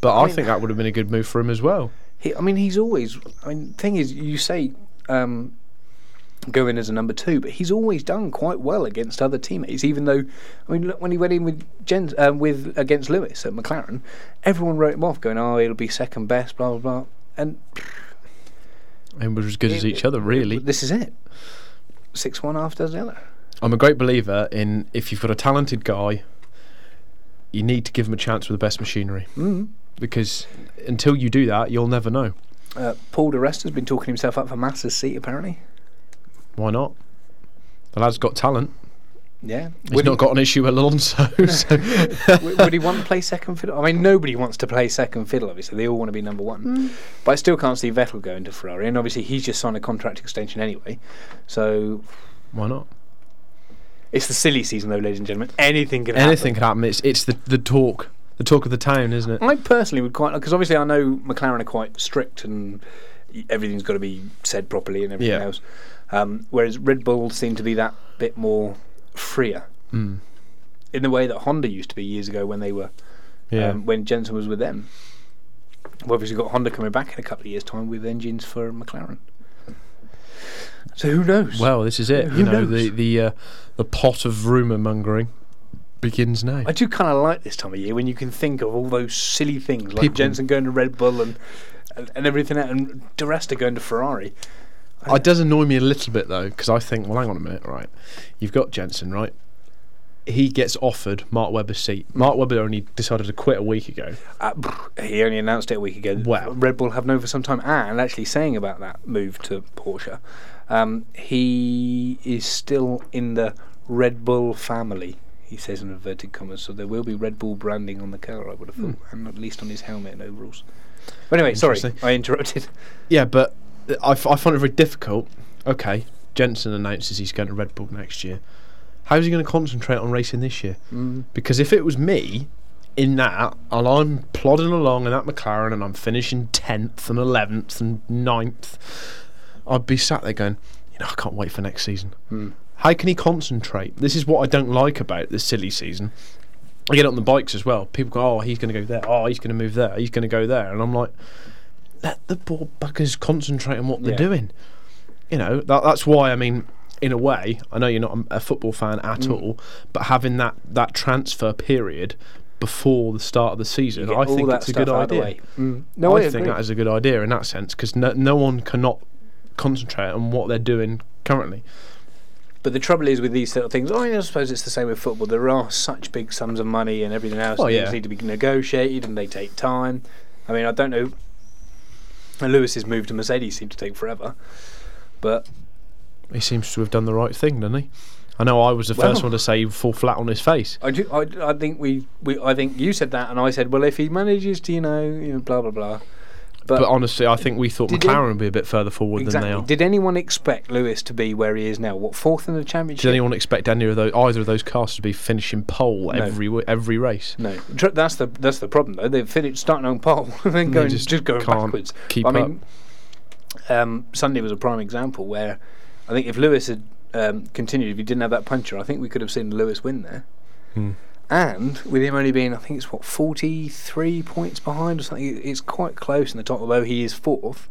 Speaker 3: but I,
Speaker 2: mean-
Speaker 3: think that would have been a good move for him as well.
Speaker 2: He, I mean, he's always. I mean, thing is, you say um, go in as a number two, but he's always done quite well against other teammates. Even though, I mean, look, when he went in with Jens, um, with against Lewis at McLaren, everyone wrote him off, going, "Oh, it'll be second best," blah blah blah. And
Speaker 3: And we're as good as
Speaker 2: it-
Speaker 3: each other, really.
Speaker 2: this is it. Six one after the other.
Speaker 3: I'm a great believer in if you've got a talented guy, you need to give him a chance with the best machinery.
Speaker 2: Mm-hmm.
Speaker 3: Mm. Because until you do that, you'll never know.
Speaker 2: Uh, Paul De Rest has been talking himself up for Massa's seat, apparently.
Speaker 3: Why not? The lad's got talent.
Speaker 2: Yeah,
Speaker 3: He's not got an issue with Alonso. so
Speaker 2: would, would he want to play second fiddle? I mean, nobody wants to play second fiddle. Obviously, they all want to be number one. But I still can't see Vettel going to Ferrari, and obviously he's just signed a contract extension anyway. So
Speaker 3: why not?
Speaker 2: it's the silly season, though, ladies and gentlemen. Anything can
Speaker 3: Anything can happen. It's it's the, the talk, the talk of the town, isn't it?
Speaker 2: happen. I personally would quite because obviously I know McLaren are quite strict and y- everything's got to be said properly and everything
Speaker 3: Yeah.
Speaker 2: else. Um, whereas Red Bull seem to be that bit more freer
Speaker 3: Mm.
Speaker 2: in the way that Honda used to be years ago when they were
Speaker 3: Yeah.
Speaker 2: um, when Jensen was with them. We've obviously got Honda coming back in a couple of years' time with engines for McLaren. So who knows?
Speaker 3: Well, this is it.
Speaker 2: Who
Speaker 3: you know,
Speaker 2: knows?
Speaker 3: the the uh, the pot of rumour mongering begins now.
Speaker 2: I do kind of like this time of year when you can think of all those silly things like
Speaker 3: People-
Speaker 2: Jensen going to Red Bull and and, and everything, else, and De Resta going to Ferrari.
Speaker 3: It does annoy me a little bit though, because I think, well, hang on a minute, right? You've got Jensen, right? He gets offered Mark Webber's seat. Mark Webber only decided to quit a week ago.
Speaker 2: Uh, pff, he only announced it a week ago.
Speaker 3: Wow.
Speaker 2: Red Bull have known for some time. And actually, saying about that move to Porsche, um, he is still in the Red Bull family. He says in inverted commas. So there will be Red Bull branding on the car, I would have thought, and at least on his helmet and overalls. But anyway, sorry,
Speaker 3: Hmm. Interesting.
Speaker 2: I interrupted.
Speaker 3: Yeah, but I, f- I find it very difficult. Okay, Jensen announces he's going to Red Bull next year. How is he going to concentrate on racing this year? Because if it was me in that, and I'm plodding along in that McLaren and I'm finishing 10th and 11th and 9th, I'd be sat there going, you know, I can't wait for next season. How can he concentrate? This is what I don't like about this silly season. I get it on the bikes as well. People go, oh, he's going to go there. Oh, he's going to move there. He's going to go there. And I'm like, let the poor buggers concentrate on what they're
Speaker 2: Yeah.
Speaker 3: doing. You know, that, that's why, I mean, in a way, I know you're not a football fan at
Speaker 2: Mm.
Speaker 3: all, but having that, that transfer period before the start of the season,
Speaker 2: Get
Speaker 3: I
Speaker 2: all
Speaker 3: think
Speaker 2: that
Speaker 3: it's a
Speaker 2: stuff
Speaker 3: good
Speaker 2: out of the
Speaker 3: idea.
Speaker 2: way. Mm. No, I,
Speaker 3: I think
Speaker 2: agree.
Speaker 3: that is a good idea in that sense because no, no one cannot concentrate on what they're doing currently.
Speaker 2: But the trouble is with these sort of things. oh, I, mean, I suppose it's the same with football. There are such big sums of money and everything else.
Speaker 3: Oh,
Speaker 2: and
Speaker 3: yeah.
Speaker 2: Things need to be negotiated, and they take time. I mean, I don't know. and Lewis's move to Mercedes seemed to take forever, but
Speaker 3: He seems to have done the right thing, doesn't he? I know I was the first
Speaker 2: Well-
Speaker 3: one to say he'd fall flat on his face.
Speaker 2: I do. I, I think we, we. I think you said that, and I said, well, if he manages to, you know, you know, blah blah blah.
Speaker 3: But, honestly, I think we thought
Speaker 2: Did it-
Speaker 3: McLaren would be a bit further forward
Speaker 2: exactly.
Speaker 3: than they are.
Speaker 2: Did anyone expect Lewis to be where he is now? What fourth in the championship?
Speaker 3: Did anyone expect any of those, either of those cars to be finishing pole every wi- every race?
Speaker 2: No, Tr- that's the that's the problem though. They've finished starting on pole and then
Speaker 3: They
Speaker 2: going just,
Speaker 3: just
Speaker 2: going
Speaker 3: can't
Speaker 2: backwards.
Speaker 3: keep
Speaker 2: I mean, um, Sunday was a prime example where I think if Lewis had um, continued, if he didn't have that puncher, I think we could have seen Lewis win there.
Speaker 3: Hmm.
Speaker 2: And with him only being, I think it's what forty three points behind or something, it- it's quite close in the top. Although he is fourth.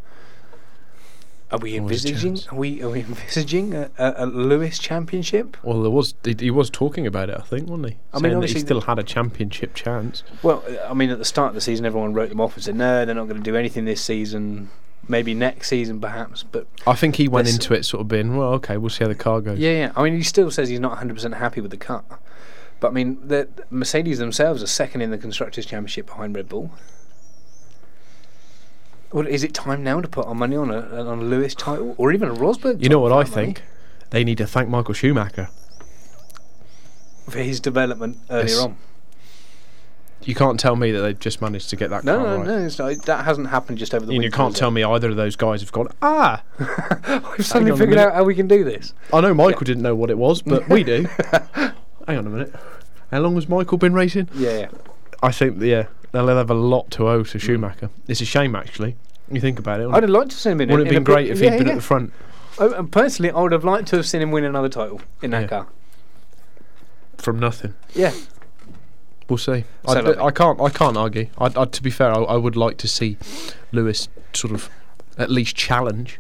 Speaker 2: Are we
Speaker 3: Always a
Speaker 2: envisaging?
Speaker 3: chance.
Speaker 2: Are we are we envisaging a, a, a Lewis championship?
Speaker 3: Well, there was he, he was talking about it, I think, wasn't he?
Speaker 2: I mean,
Speaker 3: Saying that
Speaker 2: obviously
Speaker 3: he
Speaker 2: the-
Speaker 3: still had a championship chance.
Speaker 2: Well, uh, I mean, at the start of the season, everyone wrote them off and said, no, they're not going to do anything this season. Maybe next season, perhaps. But
Speaker 3: I think he went
Speaker 2: This-
Speaker 3: into it sort of being, well, okay, we'll see how the car goes.
Speaker 2: yeah, yeah. I mean, he still says he's not 100% happy with the car. But I mean, the Mercedes themselves are second in the Constructors' Championship behind Red Bull. Well, is it time now to put our money on a, on a Lewis title or even a Rosberg?
Speaker 3: You know what
Speaker 2: title
Speaker 3: I
Speaker 2: for that money?
Speaker 3: think? They need to thank Michael Schumacher.
Speaker 2: For his development earlier
Speaker 3: Yes.
Speaker 2: on.
Speaker 3: You can't tell me that they've just managed to get that
Speaker 2: No,
Speaker 3: car
Speaker 2: no,
Speaker 3: right.
Speaker 2: no, it's not, that hasn't happened just over the
Speaker 3: And you
Speaker 2: weekend,
Speaker 3: can't
Speaker 2: has it?
Speaker 3: tell me either of those guys have gone, ah,
Speaker 2: I've suddenly
Speaker 3: on a
Speaker 2: figured
Speaker 3: minute.
Speaker 2: out how we can do this.
Speaker 3: I know Michael didn't know what it was, but we do. Hang on a minute. How long has Michael been racing?
Speaker 2: Yeah, yeah.
Speaker 3: I think, yeah, they'll have a lot to owe
Speaker 2: Mm.
Speaker 3: to Schumacher. It's a shame, actually. You think about it.
Speaker 2: I'd
Speaker 3: Wouldn't,
Speaker 2: have liked to see him in
Speaker 3: it? Wouldn't
Speaker 2: in
Speaker 3: it have
Speaker 2: a
Speaker 3: been
Speaker 2: bit-
Speaker 3: great if he'd
Speaker 2: yeah,
Speaker 3: been
Speaker 2: yeah.
Speaker 3: at the front?
Speaker 2: I, and personally, I would have liked to have seen him win another title in that
Speaker 3: Yeah.
Speaker 2: car.
Speaker 3: From nothing.
Speaker 2: Yeah,
Speaker 3: We'll see.
Speaker 2: So
Speaker 3: I,
Speaker 2: lovely.
Speaker 3: I can't. I can't argue. I, I, to be fair, I, I would like to see Lewis sort of at least challenge.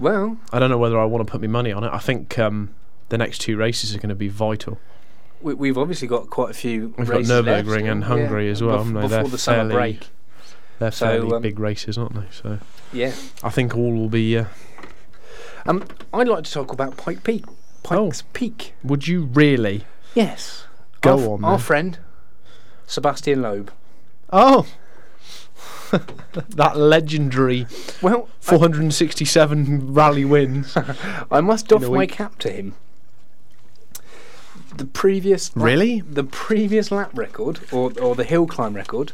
Speaker 2: well,
Speaker 3: I don't know whether I want to put my money on it. I think um, the next two races are going to be vital.
Speaker 2: we, we've obviously got quite a few.
Speaker 3: We've got
Speaker 2: races left.
Speaker 3: Nurburgring and Hungary
Speaker 2: Yeah.
Speaker 3: as
Speaker 2: Bef-
Speaker 3: well. haven't they?
Speaker 2: before
Speaker 3: They're
Speaker 2: the summer
Speaker 3: fairly-
Speaker 2: break.
Speaker 3: They're
Speaker 2: So,
Speaker 3: fairly
Speaker 2: um,
Speaker 3: big races, aren't they? So
Speaker 2: Yeah,
Speaker 3: I think all will be. Uh,
Speaker 2: um, I'd like to talk about Pike Peak. Pike's Peak.
Speaker 3: would you really?
Speaker 2: Yes.
Speaker 3: Oh. Go
Speaker 2: our, f-
Speaker 3: on,
Speaker 2: Our
Speaker 3: then.
Speaker 2: friend Sebastian Loeb.
Speaker 3: Oh, that legendary
Speaker 2: Well,
Speaker 3: 467 rally wins.
Speaker 2: I must
Speaker 3: In a
Speaker 2: doff my
Speaker 3: week.
Speaker 2: cap to him. The previous lap-
Speaker 3: Really?
Speaker 2: the previous lap record or or the hill climb record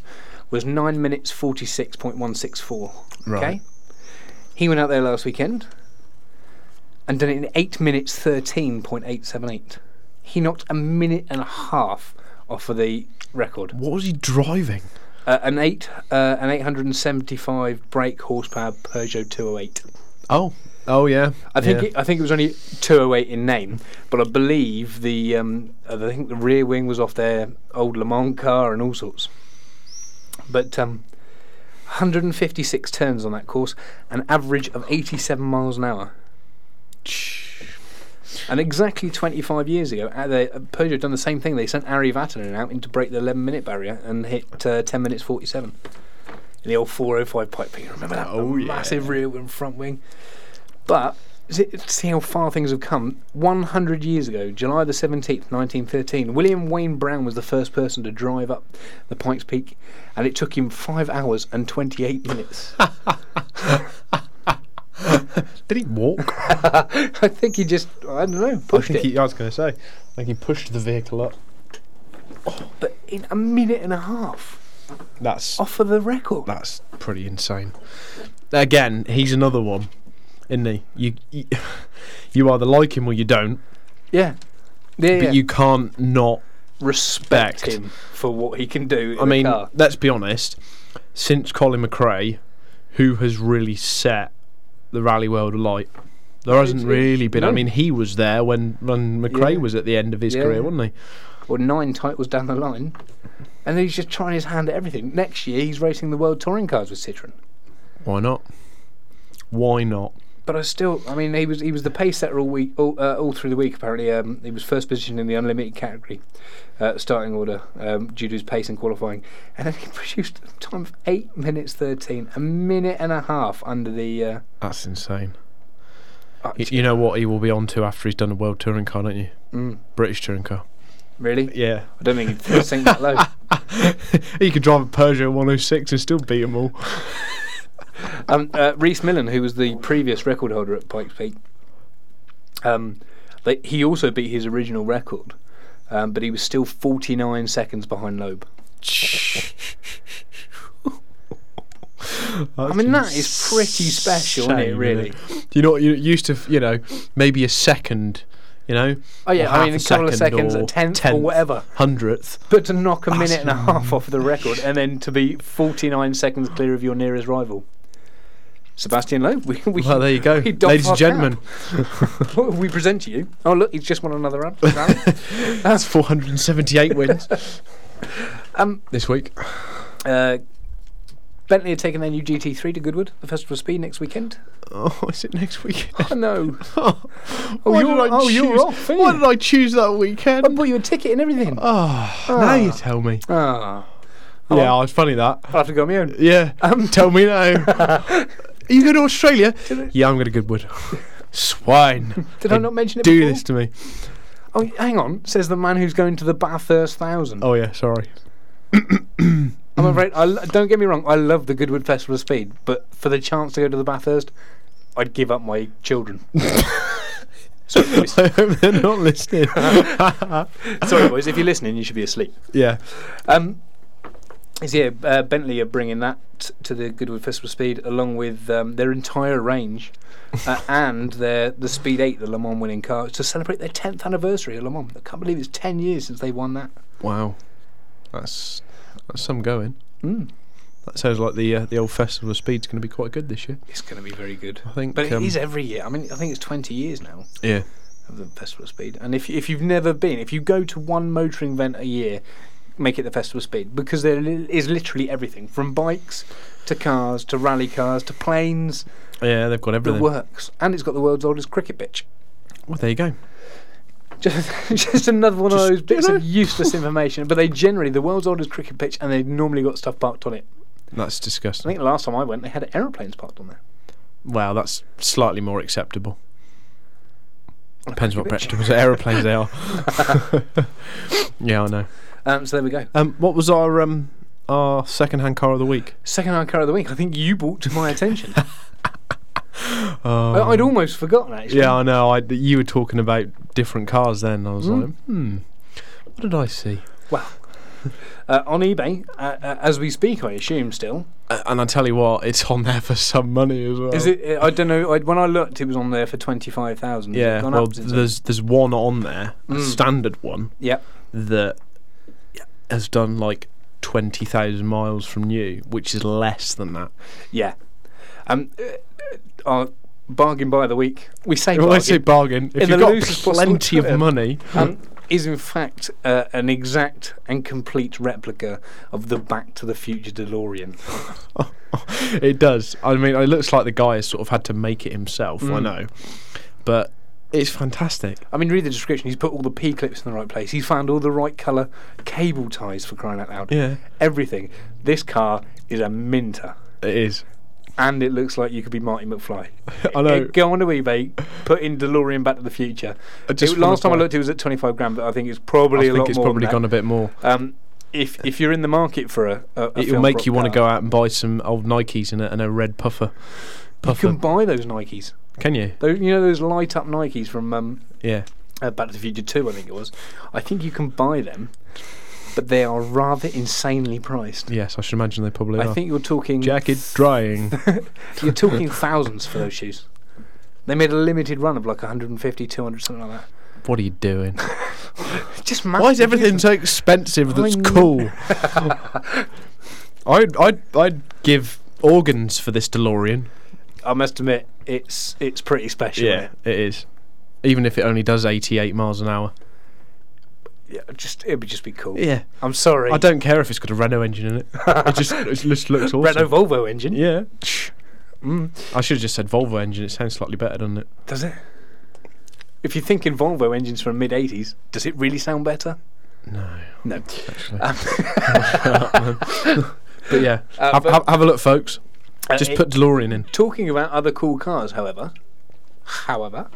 Speaker 2: was nine minutes forty six point one six four. Okay,
Speaker 3: Right.
Speaker 2: he went out there last weekend and done it in eight minutes thirteen point eight seven eight. He knocked a minute and a half off of the record.
Speaker 3: What was he driving?
Speaker 2: Uh, an eight uh, an eight hundred and seventy five brake horsepower Peugeot two hundred eight.
Speaker 3: Oh, oh yeah.
Speaker 2: I think
Speaker 3: yeah.
Speaker 2: it, I think it was only 208 in name, but I believe the um, I think the rear wing was off their old Le Mans car and all sorts. But um, 156 turns on that course, an average of 87 miles an hour, and exactly 25 years ago, at the, Peugeot had done the same thing. They sent Ari Vatanen out in to break the 11 minute barrier and hit uh, 10 minutes 47. In the old 405 pipe pick, remember that?
Speaker 3: Oh, yeah.
Speaker 2: massive rear wing, front wing. But see see how far things have come. 100 years ago, July the 17th, 1913, William Wayne Brown was the first person to drive up the Pikes Peak, and it took him 5 hours and 28 minutes.
Speaker 3: Did he walk?
Speaker 2: I think he just, I don't know,
Speaker 3: I
Speaker 2: pushed
Speaker 3: think
Speaker 2: it.
Speaker 3: he. I was going to say. I think he pushed the vehicle up.
Speaker 2: but in a minute and a half,
Speaker 3: That's
Speaker 2: off of the record.
Speaker 3: that's pretty insane. Again, he's another one, isn't he? You you, you either like him or you don't,
Speaker 2: Yeah. Yeah,
Speaker 3: but
Speaker 2: yeah.
Speaker 3: you can't not.
Speaker 2: respect
Speaker 3: respect.
Speaker 2: him for what he can do. In
Speaker 3: I mean,
Speaker 2: the car.
Speaker 3: let's be honest. Since Colin McRae, who has really set the rally world alight? There hasn't
Speaker 2: Absolutely.
Speaker 3: really been. I
Speaker 2: No.
Speaker 3: mean, he was there when when McRae
Speaker 2: Yeah.
Speaker 3: was at the end of his
Speaker 2: Yeah.
Speaker 3: career, wasn't he?
Speaker 2: or nine titles down the line, and then he's just trying his hand at everything. Next year, he's racing the world touring cars with Citroen.
Speaker 3: Why not? Why not?
Speaker 2: But I still, I mean, he was he was the pace setter all week, all, uh, all through the week. Apparently, um, he was first position in the unlimited category, uh, starting order um, due to his pace and qualifying. And then he produced a time of eight minutes thirteen, a minute and a half under the. Uh,
Speaker 3: That's insane.
Speaker 2: uh,
Speaker 3: You, you know what he will be on to after he's done a world touring car, don't you?
Speaker 2: mm,
Speaker 3: British touring car.
Speaker 2: really?
Speaker 3: Yeah.
Speaker 2: I don't think he'd sink that low.
Speaker 3: he could drive a Peugeot 106 and still beat them all.
Speaker 2: Um, uh, Reese Millen, who was the previous record holder at Pikes Peak, um, they, he also beat his original record, um, but he was still 49 seconds behind Loeb. I mean, that is pretty special, isn't it?
Speaker 3: Insane,
Speaker 2: Really.
Speaker 3: Do you know what you used to, you know, maybe a second, you know?
Speaker 2: Oh
Speaker 3: or
Speaker 2: yeah,
Speaker 3: half
Speaker 2: I mean, a couple of seconds,
Speaker 3: or
Speaker 2: a tenth, or whatever.
Speaker 3: hundredth.
Speaker 2: But to knock a minute
Speaker 3: That's
Speaker 2: and a half off the record, and then to be 49 seconds clear of your nearest rival, Sebastian Loeb. We, we,
Speaker 3: Well, there you go,
Speaker 2: we doffed
Speaker 3: ladies
Speaker 2: our
Speaker 3: and gentlemen.
Speaker 2: cap. we present to you. Oh look, he's just won another round.
Speaker 3: That's 478 wins
Speaker 2: Um,
Speaker 3: this week.
Speaker 2: uh, Bentley are taking their new GT3 to Goodwood, the Festival of Speed next weekend.
Speaker 3: Oh, is it next week?
Speaker 2: Oh no!
Speaker 3: oh,
Speaker 2: you're- oh, you're off, eh?
Speaker 3: Why did I choose that
Speaker 2: I
Speaker 3: weekend?
Speaker 2: bought you a ticket and everything.
Speaker 3: Oh, now you tell me.
Speaker 2: Ah,
Speaker 3: Yeah, oh, it's funny that.
Speaker 2: I'll have to go on my own.
Speaker 3: Yeah,
Speaker 2: Um,
Speaker 3: tell me now. Are you going to Australia?
Speaker 2: Did
Speaker 3: Yeah, I'm going to Goodwood. Swine.
Speaker 2: Did I
Speaker 3: They
Speaker 2: not mention it?
Speaker 3: Do
Speaker 2: before?
Speaker 3: this to me.
Speaker 2: Oh, hang on. Says the man who's going to the Bathurst Thousand.
Speaker 3: Oh, yeah, sorry.
Speaker 2: I'm afraid. I lo- don't get me wrong. I love the Goodwood Festival of Speed, but for the chance to go to the Bathurst, I'd give up my children. sorry, boys.
Speaker 3: I hope they're not listening.
Speaker 2: sorry, boys. If you're listening, you should be asleep.
Speaker 3: yeah.
Speaker 2: Um, is yeah, uh, Bentley are bringing that t- to the Goodwood Festival of Speed along with um, their entire range uh, and their the Speed Eight, the Le Mans winning car, to celebrate their 10th anniversary of Le Mans. I can't believe it's 10 years since they won that.
Speaker 3: Wow. That's that's some going.
Speaker 2: Mm.
Speaker 3: That sounds like the uh, the old festival of speed's going to be quite good this year.
Speaker 2: It's going to be very good.
Speaker 3: I think.
Speaker 2: But it
Speaker 3: um,
Speaker 2: is every year. I mean, I think it's 20 years now.
Speaker 3: Yeah.
Speaker 2: of the Festival of Speed. And if if you've never been, if you go to one motoring event a year, make it the Festival of Speed because there li- is literally everything from bikes to cars to rally cars to planes,
Speaker 3: Yeah, they've got
Speaker 2: the
Speaker 3: everything.
Speaker 2: works, and it's got the world's oldest cricket pitch.
Speaker 3: Well, there you go.
Speaker 2: Just, just another one
Speaker 3: Just,
Speaker 2: of those
Speaker 3: you
Speaker 2: bits of
Speaker 3: know.
Speaker 2: useless information. But they generally the world's oldest cricket pitch, and they've normally got stuff parked on it.
Speaker 3: That's
Speaker 2: I
Speaker 3: disgusting.
Speaker 2: think the last time I went, they had aeroplanes parked on there.
Speaker 3: Wow, that's slightly more acceptable.
Speaker 2: On a
Speaker 3: Depends what
Speaker 2: cricket pitch.
Speaker 3: vegetables aeroplanes they are. yeah, I know.
Speaker 2: Um, so there we go.
Speaker 3: Um, what was our um our second hand car of the week?
Speaker 2: Second hand car of the week. I think you brought to my attention. I,
Speaker 3: Um,
Speaker 2: I'd almost forgotten actually.
Speaker 3: Yeah, I know. I you were talking about different cars then. I was
Speaker 2: Mm.
Speaker 3: like, hmm, what did I see?
Speaker 2: uh, on eBay uh, uh, as we speak. I assume still
Speaker 3: A- And I tell you what, it's on there for some money as well.
Speaker 2: is it? Uh, I don't know. I, when I looked, it was on there for twenty five thousand.
Speaker 3: Yeah.
Speaker 2: gone
Speaker 3: Well,
Speaker 2: up since
Speaker 3: there's there's one on there,
Speaker 2: Mm.
Speaker 3: a standard one
Speaker 2: then. Yep.
Speaker 3: that has done like twenty thousand miles from new, which is less than that.
Speaker 2: Yeah. Um, uh, uh, our bargain by the week. We say
Speaker 3: Well, I say
Speaker 2: bargain.
Speaker 3: bargain. If
Speaker 2: In the
Speaker 3: you've got
Speaker 2: loosest possible
Speaker 3: plenty of
Speaker 2: term.
Speaker 3: money,
Speaker 2: Um, is in fact uh, an exact and complete replica of the Back to the Future DeLorean.
Speaker 3: it does. I mean, it looks like the guy has sort of had to make it himself. I
Speaker 2: Mm.
Speaker 3: know, but it's fantastic.
Speaker 2: I mean, read the description. He's put all the P clips in the right place. He's found all the right colour cable ties for crying out loud.
Speaker 3: Yeah,
Speaker 2: Everything. This car is a minter.
Speaker 3: it is.
Speaker 2: and it looks like you could be Marty McFly.
Speaker 3: I know.
Speaker 2: Go onto eBay, put in DeLorean Back to the Future.
Speaker 3: I just
Speaker 2: It- last time I
Speaker 3: wanna buy-
Speaker 2: looked, it was at 25 grand, but I think it's probably
Speaker 3: I
Speaker 2: a lot
Speaker 3: think it's
Speaker 2: more.
Speaker 3: probably
Speaker 2: than
Speaker 3: gone
Speaker 2: that.
Speaker 3: a bit more.
Speaker 2: Um, if if you're in the market for a, a, a
Speaker 3: It'll
Speaker 2: film
Speaker 3: make
Speaker 2: prop
Speaker 3: you want to
Speaker 2: car,
Speaker 3: go out and buy some old Nikes and a, and a red puffer. Puffer,
Speaker 2: You can
Speaker 3: can,
Speaker 2: buy those Nikes.
Speaker 3: you?
Speaker 2: Those, you know those light up Nikes from um,
Speaker 3: Yeah.
Speaker 2: uh, Back to the Future 2, I think it was. I think you can buy them, but they are rather insanely priced.
Speaker 3: Yes, I should imagine they probably
Speaker 2: I
Speaker 3: are.
Speaker 2: think you're talking
Speaker 3: Jacket drying.
Speaker 2: You're talking thousands for those shoes. They made a limited run of like 150, 200, something like that.
Speaker 3: what are you doing?
Speaker 2: Just
Speaker 3: Why is
Speaker 2: massive
Speaker 3: everything so expensive? That's
Speaker 2: I know.
Speaker 3: cool. I'd, I'd I'd give organs for this DeLorean.
Speaker 2: I must admit, it's it's pretty special. Yeah,
Speaker 3: it is. Even if it only does 88 miles an hour.
Speaker 2: yeah just it would just be cool.
Speaker 3: Yeah.
Speaker 2: I'm sorry.
Speaker 3: I don't care if it's got a Renault engine in it. It just, it just looks awesome.
Speaker 2: Renault Volvo engine.
Speaker 3: Yeah.
Speaker 2: Mm,
Speaker 3: I should have just said Volvo engine. It sounds slightly better, doesn't it?
Speaker 2: does it? If you're thinking Volvo engines from mid '80s, does it really sound better?
Speaker 3: No.
Speaker 2: No.
Speaker 3: Actually. but yeah.
Speaker 2: Uh,
Speaker 3: have,
Speaker 2: but-
Speaker 3: have, have a look, folks.
Speaker 2: Uh,
Speaker 3: Just
Speaker 2: it-
Speaker 3: put DeLorean in.
Speaker 2: Talking about other cool cars, however, however,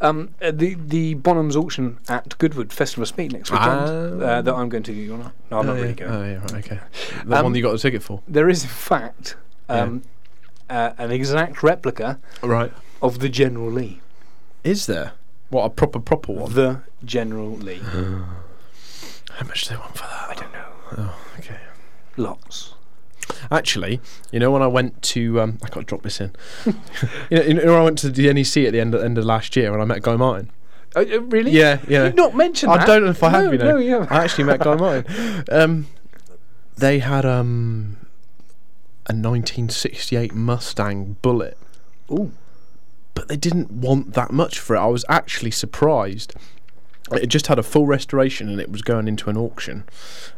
Speaker 2: um, uh, the the Bonhams auction at Goodwood Festival of Speed next weekend
Speaker 3: Ah.
Speaker 2: uh, that I'm going to. You're not. No, I'm
Speaker 3: oh,
Speaker 2: not
Speaker 3: yeah.
Speaker 2: really going.
Speaker 3: Oh, yeah, right, okay. The
Speaker 2: Um,
Speaker 3: one that you got the ticket for.
Speaker 2: There is, in fact,
Speaker 3: Yeah.
Speaker 2: um, uh, an exact replica
Speaker 3: Right.
Speaker 2: of the General Lee.
Speaker 3: Is there? What, a proper, proper one?
Speaker 2: The General Lee.
Speaker 3: How much do they want for that?
Speaker 2: I don't know.
Speaker 3: Okay.
Speaker 2: Lots.
Speaker 3: Actually, you know, when I went to, um, I got to drop this in. you, know, you know, when I went to the NEC at the end of, end of last year, and I met Guy Martin.
Speaker 2: Uh, uh, really?
Speaker 3: Yeah, yeah.
Speaker 2: You've not mentioned
Speaker 3: I
Speaker 2: that.
Speaker 3: don't know if I
Speaker 2: No,
Speaker 3: have, eh? you know.
Speaker 2: no, you haven't.
Speaker 3: I actually met Guy Martin. Um, they had um, a 1968 Mustang Bullet.
Speaker 2: Ooh.
Speaker 3: But they didn't want that much for it. I was actually surprised. It just had a full restoration and it was going into an auction.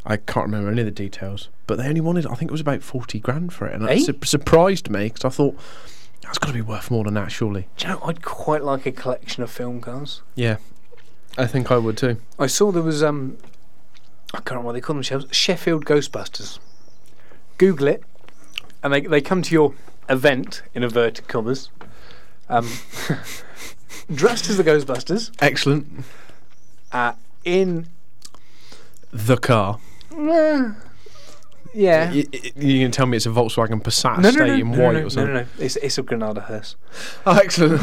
Speaker 3: I can't remember any of the details, but they only wanted, I think it was about 40 grand for it. And
Speaker 2: Eh?
Speaker 3: that su- surprised me because I thought, that's got to be worth more than that, surely.
Speaker 2: Do you know, I'd quite like a collection of film cars.
Speaker 3: Yeah, I think I would too.
Speaker 2: I saw there was um, I can't remember what they call themselves, Sheffield Ghostbusters. Google it, and they they come to your event in inverted commas, um, dressed as the Ghostbusters,
Speaker 3: Excellent.
Speaker 2: uh, in
Speaker 3: The car.
Speaker 2: yeah.
Speaker 3: You, you you can tell me it's a Volkswagen Passat
Speaker 2: No, no,
Speaker 3: State
Speaker 2: no,
Speaker 3: in
Speaker 2: no, no,
Speaker 3: white
Speaker 2: no,
Speaker 3: or
Speaker 2: no,
Speaker 3: something.
Speaker 2: no, no. It's, it's a Granada hearse
Speaker 3: Oh, excellent.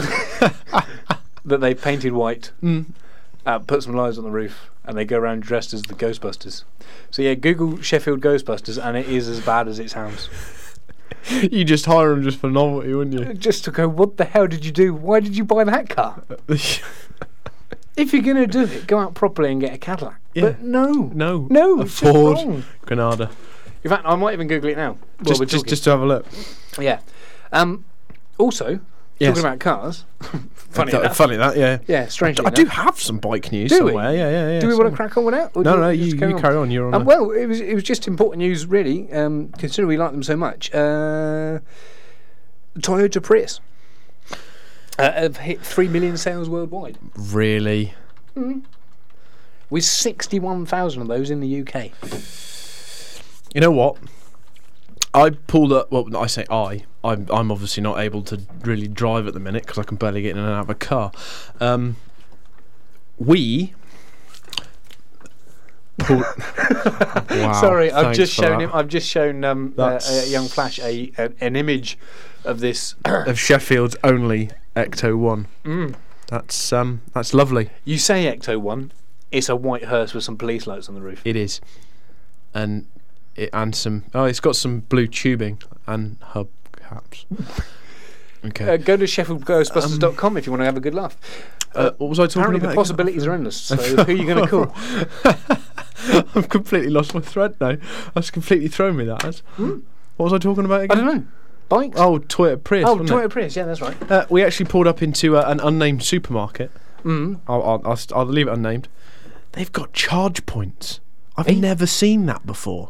Speaker 2: that they painted white,
Speaker 3: Mm.
Speaker 2: uh, put some lights on the roof, and they go around dressed as the Ghostbusters. So yeah, Google Sheffield Ghostbusters, and it is as bad as it sounds.
Speaker 3: you just hire them just for novelty, wouldn't
Speaker 2: Just to go, what the hell did you do? Why did you buy that car?
Speaker 3: you?
Speaker 2: If you're going to do it, go out properly and get a Cadillac.
Speaker 3: Yeah.
Speaker 2: But no.
Speaker 3: no.
Speaker 2: No,
Speaker 3: A
Speaker 2: it's just
Speaker 3: Ford
Speaker 2: wrong.
Speaker 3: Granada.
Speaker 2: In fact, I might even Google it now. while
Speaker 3: Just,
Speaker 2: we're
Speaker 3: just,
Speaker 2: talking.
Speaker 3: just to have a look.
Speaker 2: yeah. Um, also,
Speaker 3: Yes.
Speaker 2: talking about cars. funny
Speaker 3: That-
Speaker 2: enough.
Speaker 3: funny that, yeah.
Speaker 2: yeah, strangely
Speaker 3: I do
Speaker 2: enough.
Speaker 3: have some bike news
Speaker 2: Do we?
Speaker 3: somewhere. Yeah, yeah, yeah.
Speaker 2: Do we want to
Speaker 3: somewhere.
Speaker 2: crack on with that? or
Speaker 3: No,
Speaker 2: do we
Speaker 3: no,
Speaker 2: just
Speaker 3: you, you
Speaker 2: on?
Speaker 3: carry on. You're on.
Speaker 2: Um,
Speaker 3: a-
Speaker 2: well, it was it was just important news, really, um, considering we like them so much. Uh, Toyota Prius uh, have hit three million sales worldwide,
Speaker 3: really?
Speaker 2: with sixty-one thousand of those in the UK.
Speaker 3: You know what? I pulled up. Well, I say I. I'm, I'm obviously not able to really drive at the minute because I can barely get in and out of a car. Um, we. Pulled, wow,
Speaker 2: Sorry, I've
Speaker 3: thanks
Speaker 2: just
Speaker 3: for
Speaker 2: shown
Speaker 3: that.
Speaker 2: him. I've just shown um, uh, a
Speaker 3: That's-
Speaker 2: young Flash a, a an image of this.
Speaker 3: of Sheffield's only Ecto One.
Speaker 2: Mm.
Speaker 3: That's um, that's lovely.
Speaker 2: You say Ecto One, it's a white hearse with some police lights on the roof.
Speaker 3: It is, and it and some. Oh, it's got some blue tubing and hubcaps.
Speaker 2: Uh,
Speaker 3: Okay.
Speaker 2: go to SheffieldGhostbusters.com if you want to have a good laugh.
Speaker 3: Uh, what was I Um, talking
Speaker 2: Apparently,
Speaker 3: about?
Speaker 2: the
Speaker 3: again?
Speaker 2: possibilities are endless. So who are you going to call?
Speaker 3: I've completely lost my thread now. That's completely thrown me. That has. What was I talking about
Speaker 2: Hmm. I
Speaker 3: again?
Speaker 2: don't know. Bikes.
Speaker 3: Oh, Toyota Prius.
Speaker 2: oh
Speaker 3: wasn't
Speaker 2: Toyota
Speaker 3: it?
Speaker 2: Prius. Yeah, that's right.
Speaker 3: Uh, we actually pulled up into uh, an unnamed supermarket.
Speaker 2: Mm.
Speaker 3: I'll, I'll, I'll, st- I'll leave it unnamed. They've got charge points. I've
Speaker 2: Eh?
Speaker 3: never seen that before.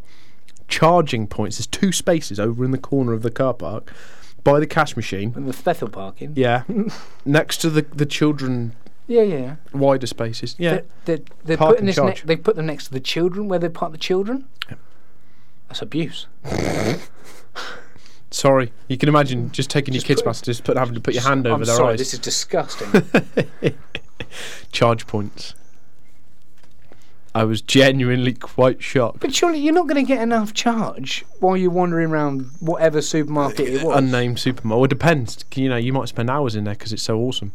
Speaker 3: Charging points. There's two spaces over in the corner of the car park by the cash machine.
Speaker 2: And the Bethel parking.
Speaker 3: Yeah. Next to the, the children
Speaker 2: Yeah, yeah. yeah.
Speaker 3: wider spaces. Yeah.
Speaker 2: They're, they're, they're
Speaker 3: Park
Speaker 2: putting
Speaker 3: and
Speaker 2: this. Ne-
Speaker 3: charge.
Speaker 2: they put them next to the children where they park the children. That's abuse.
Speaker 3: Sorry. You can imagine just taking
Speaker 2: Just
Speaker 3: your kids
Speaker 2: put-
Speaker 3: past just put, having to put your hand
Speaker 2: I'm
Speaker 3: over their
Speaker 2: sorry,
Speaker 3: eyes.
Speaker 2: This is disgusting.
Speaker 3: charge points. I was genuinely quite shocked.
Speaker 2: But surely you're not going to get enough charge while you're wandering around whatever supermarket it was.
Speaker 3: Unnamed supermarket. Well, it depends. You know, you might spend hours in there because it's so awesome.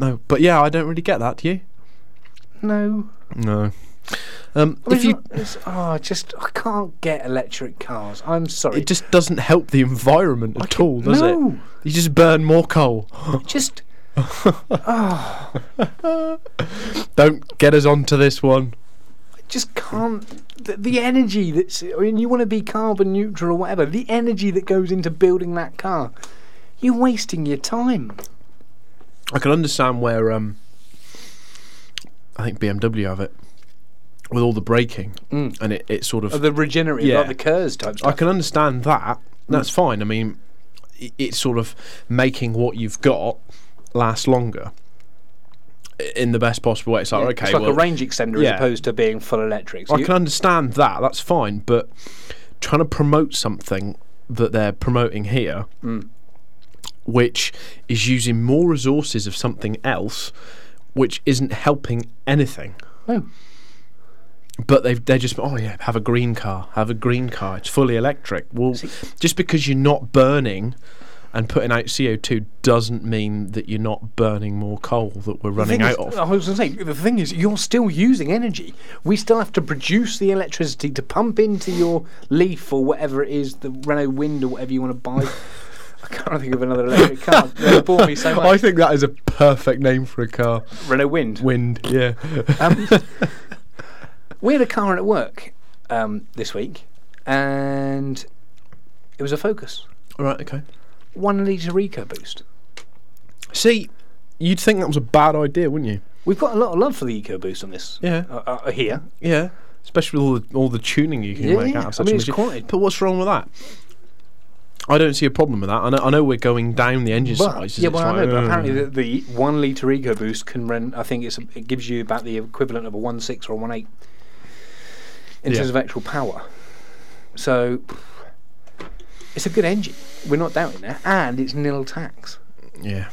Speaker 3: no, but yeah, I don't really get that. Do you?
Speaker 2: No.
Speaker 3: No. Um,
Speaker 2: I mean,
Speaker 3: if you,
Speaker 2: it's not- it's- oh, just I can't get electric cars. I'm sorry.
Speaker 3: it just doesn't help the environment at all, does it?
Speaker 2: no.
Speaker 3: You just burn more coal.
Speaker 2: Just
Speaker 3: Don't get us onto this one.
Speaker 2: just can't. The, the energy that's. I mean, you want to be carbon neutral or whatever. The energy that goes into building that car, you're wasting your time.
Speaker 3: I can understand where um, I think BMW have it with all the braking,
Speaker 2: Mm.
Speaker 3: and it, it sort of
Speaker 2: Of the regenerative,
Speaker 3: Yeah.
Speaker 2: like the Curs type
Speaker 3: I
Speaker 2: stuff.
Speaker 3: can understand
Speaker 2: Mm.
Speaker 3: that. That's fine. I mean, i- it's sort of making what you've got last longer i- in the best possible way. It's like,
Speaker 2: Yeah,
Speaker 3: Oh, okay,
Speaker 2: it's like
Speaker 3: well,
Speaker 2: a range extender
Speaker 3: yeah.
Speaker 2: as opposed to being full electric. So
Speaker 3: I
Speaker 2: you-
Speaker 3: can understand that. That's fine. But trying to promote something that they're promoting here,
Speaker 2: Mm.
Speaker 3: which is using more resources of something else, which isn't helping anything.
Speaker 2: No.
Speaker 3: But they've they just oh yeah have a green car have a green car it's fully electric well just because you're not burning and putting out CO2 doesn't mean that you're not burning more coal that we're running
Speaker 2: thing
Speaker 3: out
Speaker 2: is- Oh, I
Speaker 3: of.
Speaker 2: was going to say, the thing is, you're still using energy. We still have to produce the electricity to pump into your leaf or whatever it is, the Renault Wind or whatever you want to buy. I can't think of another electric car. They bore me so
Speaker 3: I
Speaker 2: much.
Speaker 3: think that is a perfect name for a car.
Speaker 2: Renault Wind.
Speaker 3: Wind, yeah.
Speaker 2: Um, we had a car in at work um, this week, and it was a Focus.
Speaker 3: right, okay.
Speaker 2: One litre eco boost.
Speaker 3: See, you'd think that was a bad idea, wouldn't you?
Speaker 2: We've got a lot of love for the eco boost on this.
Speaker 3: Yeah.
Speaker 2: Uh, uh, here.
Speaker 3: Yeah. Especially with all the, all the tuning you can
Speaker 2: Yeah,
Speaker 3: make
Speaker 2: yeah.
Speaker 3: out of
Speaker 2: I
Speaker 3: such
Speaker 2: mean,
Speaker 3: a
Speaker 2: it's
Speaker 3: machine.
Speaker 2: quite-
Speaker 3: But what's wrong with that? I don't see a problem with that. I know, I know we're going down the engine
Speaker 2: But,
Speaker 3: size.
Speaker 2: yeah, well, I know, but apparently the, the one litre eco boost can run, I think it's it gives you about the equivalent of a 1.6 or a 1.8 in
Speaker 3: Yeah.
Speaker 2: terms of actual power. So it's a good engine. We're not doubting that. And it's nil tax.
Speaker 3: Yeah.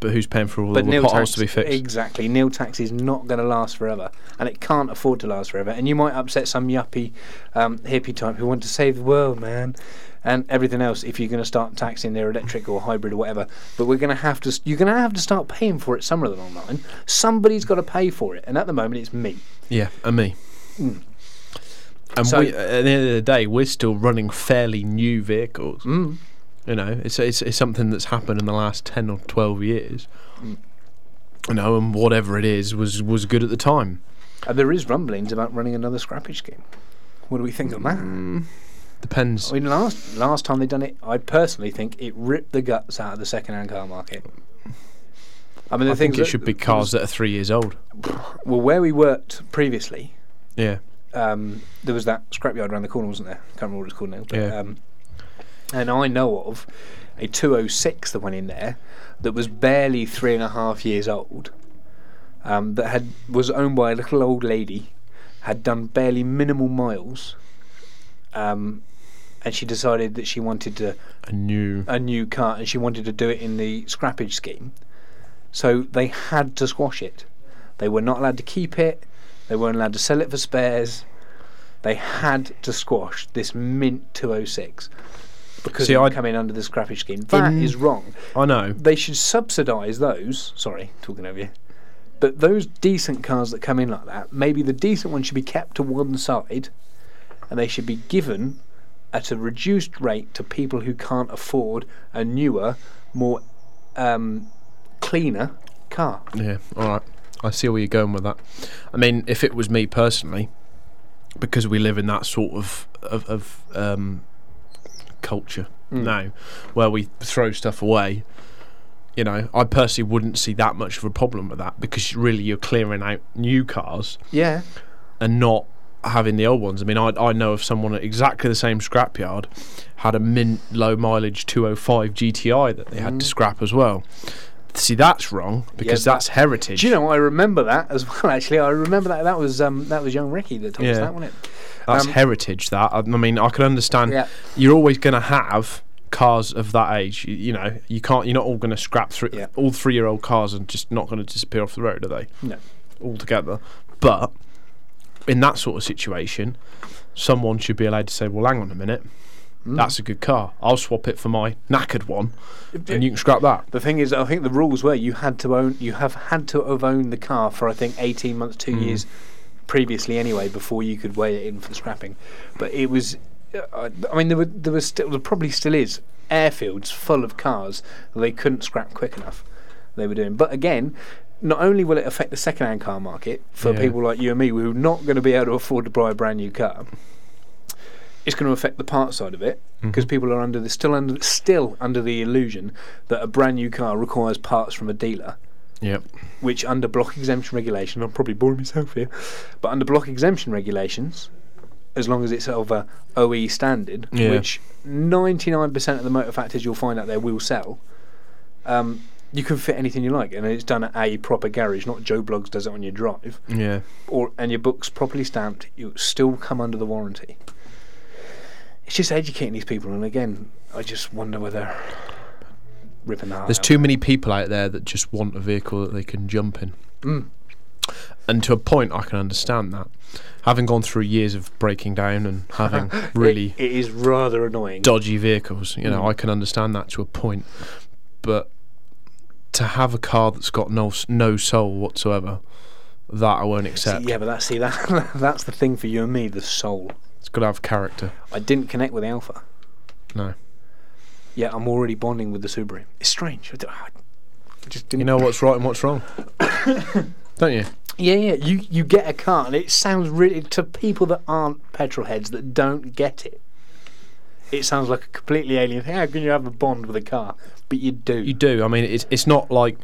Speaker 3: But who's paying for all
Speaker 2: but
Speaker 3: the
Speaker 2: nil
Speaker 3: potholes
Speaker 2: tax,
Speaker 3: to be fixed?
Speaker 2: Exactly. Nil tax is not going to last forever, and it can't afford to last forever. And you might upset some yuppie, um, hippie type who want to save the world, man, and everything else. If you're going to start taxing their electric or hybrid or whatever, but we're going to have to. s you're going to have to start paying for it somewhere along the line. Somebody's got to pay for it, and at the moment, it's me.
Speaker 3: Yeah, and me. And
Speaker 2: So-
Speaker 3: we, at the end of the day, we're still running fairly new vehicles. Mm. You know, it's, it's it's something that's happened in the last ten or twelve years. You know, and whatever it is was was good at the time.
Speaker 2: And there is rumblings about running another scrappage scheme. What do we think of that?
Speaker 3: Depends.
Speaker 2: I mean, last last time they done it, I personally think it ripped the guts out of the second-hand car market. I mean, the
Speaker 3: I
Speaker 2: thing
Speaker 3: think it should be cars that are three years old.
Speaker 2: Well, where we worked previously,
Speaker 3: Yeah,
Speaker 2: um, there was that scrapyard around the corner, wasn't there? can't remember what it's called now. But,
Speaker 3: Yeah.
Speaker 2: um, and I know of a 206 that went in there that was barely three and a half years old, um, that had was owned by a little old lady, had done barely minimal miles, um, and she decided that she wanted to
Speaker 3: a new.
Speaker 2: a new car and she wanted to do it in the scrappage scheme. So they had to squash it. They were not allowed to keep it. They weren't allowed to sell it for spares. They had to squash this mint 206 because
Speaker 3: See,
Speaker 2: it would
Speaker 3: I'd-
Speaker 2: come in under the scrappage scheme. That
Speaker 3: In-
Speaker 2: is wrong.
Speaker 3: I know.
Speaker 2: They should subsidise those. Sorry, talking over you. But those decent cars that come in like that, maybe the decent ones should be kept to one side and they should be given at a reduced rate to people who can't afford a newer, more um, cleaner car.
Speaker 3: Yeah, all right. I see where you're going with that. I mean, if it was me personally, because we live in that sort of of, of um, culture
Speaker 2: Hmm.
Speaker 3: now, where we throw stuff away. You know, I personally wouldn't see that much of a problem with that because really you're clearing out new cars
Speaker 2: Yeah.
Speaker 3: and not having the old ones. I mean, I I know of someone at exactly the same scrapyard had a mint low mileage 205 GTI that they had
Speaker 2: Hmm.
Speaker 3: to scrap as well. See, that's wrong because
Speaker 2: that-
Speaker 3: that's heritage.
Speaker 2: Do you know I remember that as well? Actually, I remember that. That was um, that was young Ricky that told us
Speaker 3: Yeah.
Speaker 2: that, wasn't it?
Speaker 3: That's
Speaker 2: Um,
Speaker 3: heritage. That I I mean, I can understand.
Speaker 2: Yeah.
Speaker 3: You're always going to have cars of that age. You, you know, you can't. You're not all going to scrap through
Speaker 2: Yeah.
Speaker 3: all three-year-old cars and just not going to disappear off the road, are they?
Speaker 2: No.
Speaker 3: Altogether, but in that sort of situation, someone should be allowed to say, "Well, hang on a minute."
Speaker 2: Mm.
Speaker 3: That's a good car. I'll swap it for my knackered one, and you can scrap that.
Speaker 2: The thing is, I think the rules were you had to own, you have had to have owned the car for I think eighteen months, two years previously anyway, before you could weigh it in for the scrapping. But it was, uh, I mean, there were there was still there probably still is airfields full of cars that they couldn't scrap quick enough. They were doing, but again. Not only will it affect the second-hand car market for
Speaker 3: Yeah.
Speaker 2: people like you and me, who are not going to be able to afford to buy a brand new car, it's going to affect the part side of it because people are under the still under still under the illusion that a brand new car requires parts from a dealer,
Speaker 3: Yep.
Speaker 2: which under block exemption regulation, I'm probably boring myself here, but under block exemption regulations, as long as it's of a OE standard,
Speaker 3: Yeah.
Speaker 2: which 99% of the motor factors you'll find out there will sell. Um, you can fit anything you like, and it's done at a proper garage, not Joe Blogs does it on your drive
Speaker 3: Yeah.
Speaker 2: or and your book's properly stamped, you still come under the warranty. It's just educating these people, and again, I just wonder whether ripping that. Mm.
Speaker 3: There's too many people out there that just want a vehicle that they can jump in. And to a point, I can understand that. Having gone through years of breaking down and having really
Speaker 2: it Mm. is rather annoying.
Speaker 3: dodgy vehicles, you know, I can understand that to a point. But to have a car that's got no s- no soul whatsoever, that I won't
Speaker 2: See,
Speaker 3: accept.
Speaker 2: yeah, but that's see that that's the thing for you and me, the soul.
Speaker 3: It's got to have character.
Speaker 2: I didn't connect with the Alpha.
Speaker 3: No.
Speaker 2: Yet I'm already bonding with the Subaru. It's strange. I, d- I just didn't.
Speaker 3: You know what's right and what's wrong, don't you?
Speaker 2: Yeah, yeah. You you get a car, and it sounds really to people that aren't petrol heads that don't get it. It sounds like a completely alien thing. How can you have a bond with a car? But you do.
Speaker 3: You do. I mean, it's it's not like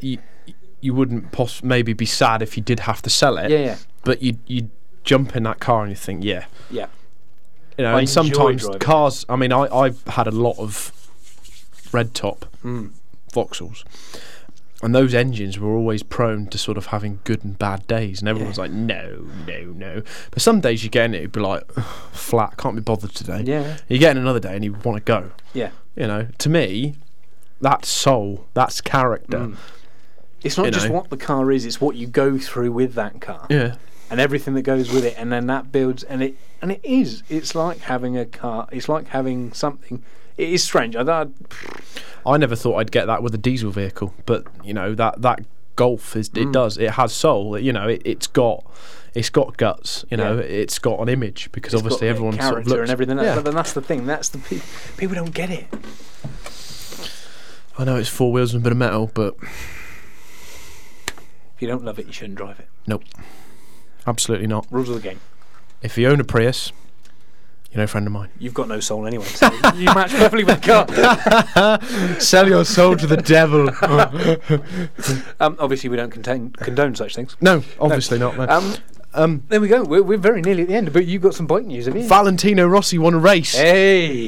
Speaker 3: you you wouldn't poss- maybe be sad if you did have to sell it.
Speaker 2: yeah, yeah,
Speaker 3: But you you jump in that car and you think, yeah,
Speaker 2: yeah.
Speaker 3: you know.
Speaker 2: I
Speaker 3: and
Speaker 2: enjoy
Speaker 3: sometimes
Speaker 2: driving it.
Speaker 3: cars. I mean, I I've had a lot of red top
Speaker 2: Mm.
Speaker 3: Vauxhalls. And those engines were always prone to sort of having good and bad days, and everyone's like, "No, no, no." But some days you get in it, it'd be like, "Flat, can't be bothered today."
Speaker 2: Yeah.
Speaker 3: You get in another day, and you want to go.
Speaker 2: Yeah.
Speaker 3: You know, to me, that's soul, that's character.
Speaker 2: Mm. It's not
Speaker 3: You
Speaker 2: just
Speaker 3: know.
Speaker 2: what the car is; it's what you go through with that car
Speaker 3: Yeah,
Speaker 2: and everything that goes with it, and then that builds. And it and it is. It's like having a car. It's like having something. It is strange. I, I
Speaker 3: I never thought I'd get that with a diesel vehicle, but you know that that Golf is
Speaker 2: Mm.
Speaker 3: it does it has soul. You know, it, it's got it's got guts. You know,
Speaker 2: Yeah.
Speaker 3: it's got an image because
Speaker 2: It's got
Speaker 3: obviously
Speaker 2: their
Speaker 3: everyone sort of
Speaker 2: character
Speaker 3: looks
Speaker 2: and everything else.
Speaker 3: Yeah.
Speaker 2: But then that's the thing. That's the pe- people don't get it.
Speaker 3: I know it's four wheels and a bit of metal, but
Speaker 2: If you don't love it, you shouldn't drive it.
Speaker 3: Nope. Absolutely not.
Speaker 2: Rules of the game.
Speaker 3: If you own a Prius, you know, friend of mine.
Speaker 2: You've got no soul anyway. So you match perfectly with the car.
Speaker 3: Sell your soul to the devil.
Speaker 2: Um, obviously, we don't contain, condone such things.
Speaker 3: no, obviously not. No.
Speaker 2: Um,
Speaker 3: Um,
Speaker 2: there we go. We're, we're very nearly at the end, but you've got some bike news, have you?
Speaker 3: Valentino Rossi won a race.
Speaker 2: Eh.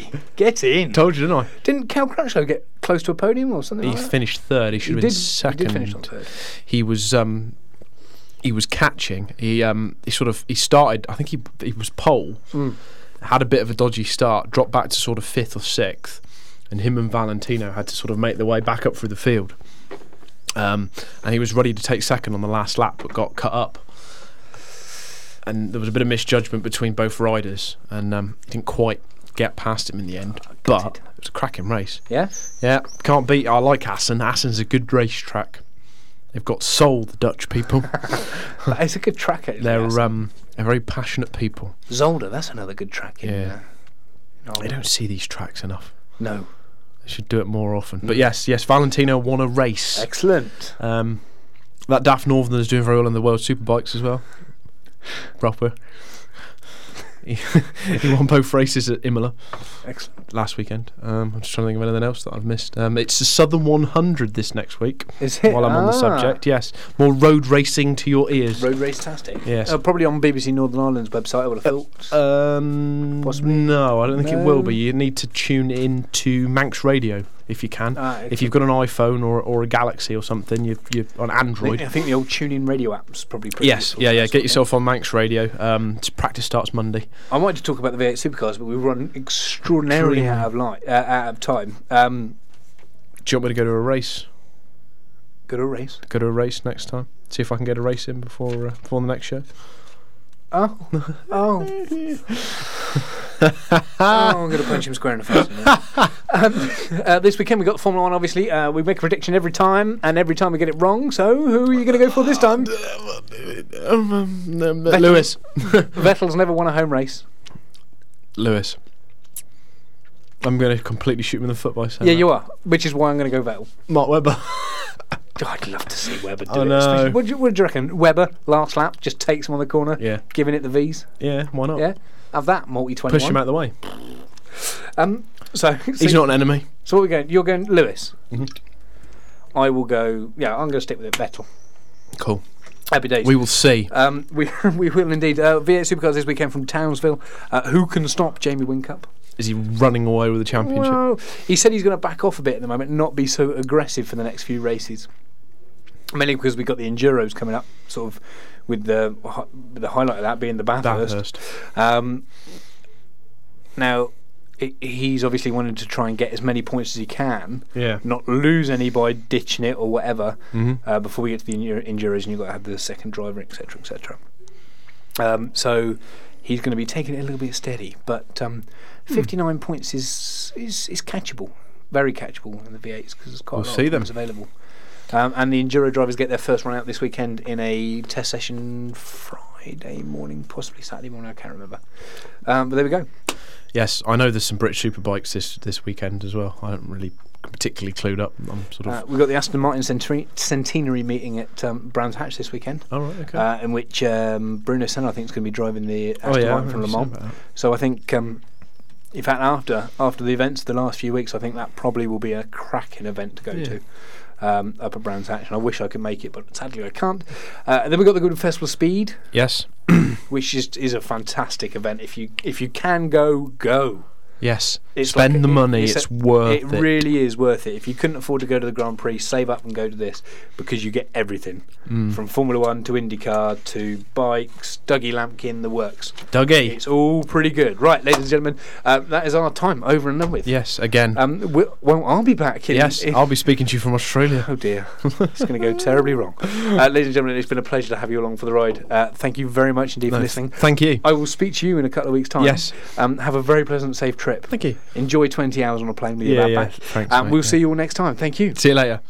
Speaker 2: hey, get in.
Speaker 3: Told you, didn't I?
Speaker 2: Didn't Cal Crutchlow get close to a podium or something?
Speaker 3: He
Speaker 2: like that?
Speaker 3: finished third. He should have
Speaker 2: did,
Speaker 3: been second.
Speaker 2: He did finish on third.
Speaker 3: he was um he was catching. He um he sort of he started. I think he he was pole. Had a bit of a dodgy start. Dropped back to sort of fifth or sixth, and him and Valentino had to sort of make their way back up through the field. Um, and he was ready to take second on the last lap, but got cut up. And there was a bit of misjudgment between both riders, and um, he didn't quite get past him in the end. but it was a cracking race.
Speaker 2: Yeah.
Speaker 3: Yeah, can't beat. I like Assen. Assen's a good racetrack. They've got soul, the Dutch people.
Speaker 2: But it's a good track. Actually.
Speaker 3: they're
Speaker 2: That's-
Speaker 3: um, they're very passionate people.
Speaker 2: Zolder. That's another good track. In,
Speaker 3: Yeah.
Speaker 2: Uh,
Speaker 3: They don't see these tracks enough.
Speaker 2: No.
Speaker 3: They should do it more often. But yes, yes, Valentino won a race.
Speaker 2: Excellent.
Speaker 3: Um, that Daft Northern is doing very well in the World Superbikes as well. Proper. he he won both races at Imola
Speaker 2: Excellent.
Speaker 3: last weekend. Um, I'm just trying to think of anything else that I've missed. Um, it's the Southern 100 this next week.
Speaker 2: Is it?
Speaker 3: While I'm on the
Speaker 2: Ah.
Speaker 3: subject, yes, more road racing to your ears.
Speaker 2: Road Race Tastic.
Speaker 3: Yes. Uh,
Speaker 2: Uh, probably on BBC Northern Ireland's website, I would have thought.
Speaker 3: Um,
Speaker 2: Possibly.
Speaker 3: No, I don't think it will be.
Speaker 2: No.
Speaker 3: You need to tune in to Manx Radio if you can.
Speaker 2: Ah,
Speaker 3: if you've got an iPhone or, or a Galaxy or something, you you on
Speaker 2: I think, I
Speaker 3: Android.
Speaker 2: think the old TuneIn radio app's probably pretty
Speaker 3: Yes,
Speaker 2: useful
Speaker 3: yeah,
Speaker 2: for
Speaker 3: yeah.
Speaker 2: us,
Speaker 3: Get
Speaker 2: yeah.
Speaker 3: yourself on Manx Radio. Um, t- practice starts Monday.
Speaker 2: I wanted to talk about the V8 supercars, but we run extraordinarily
Speaker 3: Extraordinary.
Speaker 2: out of light, uh, out of time. Um,
Speaker 3: Do you want me to go to a race?
Speaker 2: go to a race.
Speaker 3: Go to a race next time. See if I can get a race in before uh, before the next show.
Speaker 2: Oh, oh, oh! I'm going to punch him square in the face. in a minute. um, uh, this weekend we got Formula One. Obviously, uh, we make a prediction every time, and every time we get it wrong. So, who are you going to go for this time? Um,
Speaker 3: Lewis.
Speaker 2: Vettel's never won a home race.
Speaker 3: Lewis. I'm going to completely shoot him in the foot by saying.
Speaker 2: Yeah,
Speaker 3: that.
Speaker 2: you are, which is why I'm going to go Vettel.
Speaker 3: Mark Webber.
Speaker 2: I'd love to see Webber do
Speaker 3: I
Speaker 2: it.
Speaker 3: know.
Speaker 2: especially- What do, you, what do you reckon? Webber, last lap, just takes him on the corner,
Speaker 3: yeah,
Speaker 2: giving it the V's.
Speaker 3: yeah. Why not?
Speaker 2: Yeah, have that multi twenty.
Speaker 3: Push him out of the way.
Speaker 2: Um, so
Speaker 3: He's not an enemy.
Speaker 2: So what are we going? You're going Lewis.
Speaker 3: Mhm.
Speaker 2: I will go. Yeah, I'm going to stick with it. Vettel.
Speaker 3: Cool.
Speaker 2: Happy days.
Speaker 3: We will see.
Speaker 2: um, we we will indeed. Uh, V8 Supercars this weekend from Townsville. Uh, who can stop Jamie Wincup?
Speaker 3: Is he running away with the championship?
Speaker 2: Well, he said he's going to back off a bit at the moment, not be so aggressive for the next few races. Mainly because we got the enduros coming up, sort of with the hi- the highlight of that being the Bathurst.
Speaker 3: Bathurst.
Speaker 2: Um, now, it, he's obviously wanted to try and get as many points as he can,
Speaker 3: Yeah.
Speaker 2: not lose any by ditching it or whatever
Speaker 3: Mhm.
Speaker 2: uh, before we get to the enduro- enduros, and you've got to have the second driver, etc., etc. Um, so he's going to be taking it a little bit steady, but um,
Speaker 3: Hmm.
Speaker 2: 59 points is, is is catchable, very catchable in the V8s because there's quite
Speaker 3: We'll
Speaker 2: a lot
Speaker 3: see
Speaker 2: of
Speaker 3: them.
Speaker 2: them available. Um, and the enduro drivers get their first run out this weekend in a test session Friday morning, possibly Saturday morning. I can't remember. Um, but there we go.
Speaker 3: Yes, I know there's some British superbikes this this weekend as well. I don't really particularly clued up. I'm sort of.
Speaker 2: Uh, we've got the Aston Martin centenary, centenary meeting at um, Brands Hatch this weekend,
Speaker 3: all right, okay. Oh,
Speaker 2: uh, in which um, Bruno Senna, I think, is going to be driving the Aston
Speaker 3: I
Speaker 2: Martin from Le
Speaker 3: remember seeing
Speaker 2: Mans.
Speaker 3: about that.
Speaker 2: So I think, um, in fact, after after the events of the last few weeks, I think that probably will be a cracking event to go
Speaker 3: Yeah.
Speaker 2: to. Um, up at Brands Hatch, and I wish I could make it, but sadly I can't. Uh, and then we've got the Good Festival Speed,
Speaker 3: Yes,
Speaker 2: which is is a fantastic event. If you if you can go, go.
Speaker 3: yes.
Speaker 2: It's
Speaker 3: Spend
Speaker 2: like-
Speaker 3: the
Speaker 2: it-
Speaker 3: money.
Speaker 2: it's
Speaker 3: It's,
Speaker 2: a-
Speaker 3: worth it.
Speaker 2: it really is worth it. If you couldn't afford to go to the Grand Prix, save up and go to this because you get everything
Speaker 3: Mm.
Speaker 2: from Formula One to IndyCar to bikes, Dougie Lampkin, the works.
Speaker 3: Dougie.
Speaker 2: It's all pretty good. Right, ladies and gentlemen, uh, that is our time over and done with.
Speaker 3: yes, again.
Speaker 2: Um, we well, I'll be back. In,
Speaker 3: yes,
Speaker 2: in-
Speaker 3: I'll be speaking to you from Australia.
Speaker 2: Oh dear, it's going to go terribly wrong. Uh, ladies and gentlemen, it's been a pleasure to have you along for the ride. Uh, thank you very much indeed for
Speaker 3: No,
Speaker 2: listening.
Speaker 3: Thank you.
Speaker 2: I will speak to you in a couple of weeks' time.
Speaker 3: Yes.
Speaker 2: Um, have a very pleasant, safe trip.
Speaker 3: Thank you.
Speaker 2: Enjoy 20 hours on a plane with your
Speaker 3: Yeah, yeah.
Speaker 2: backpack.
Speaker 3: Thanks.
Speaker 2: And
Speaker 3: mate,
Speaker 2: we'll
Speaker 3: yeah.
Speaker 2: see you all next time. Thank you.
Speaker 3: See you later.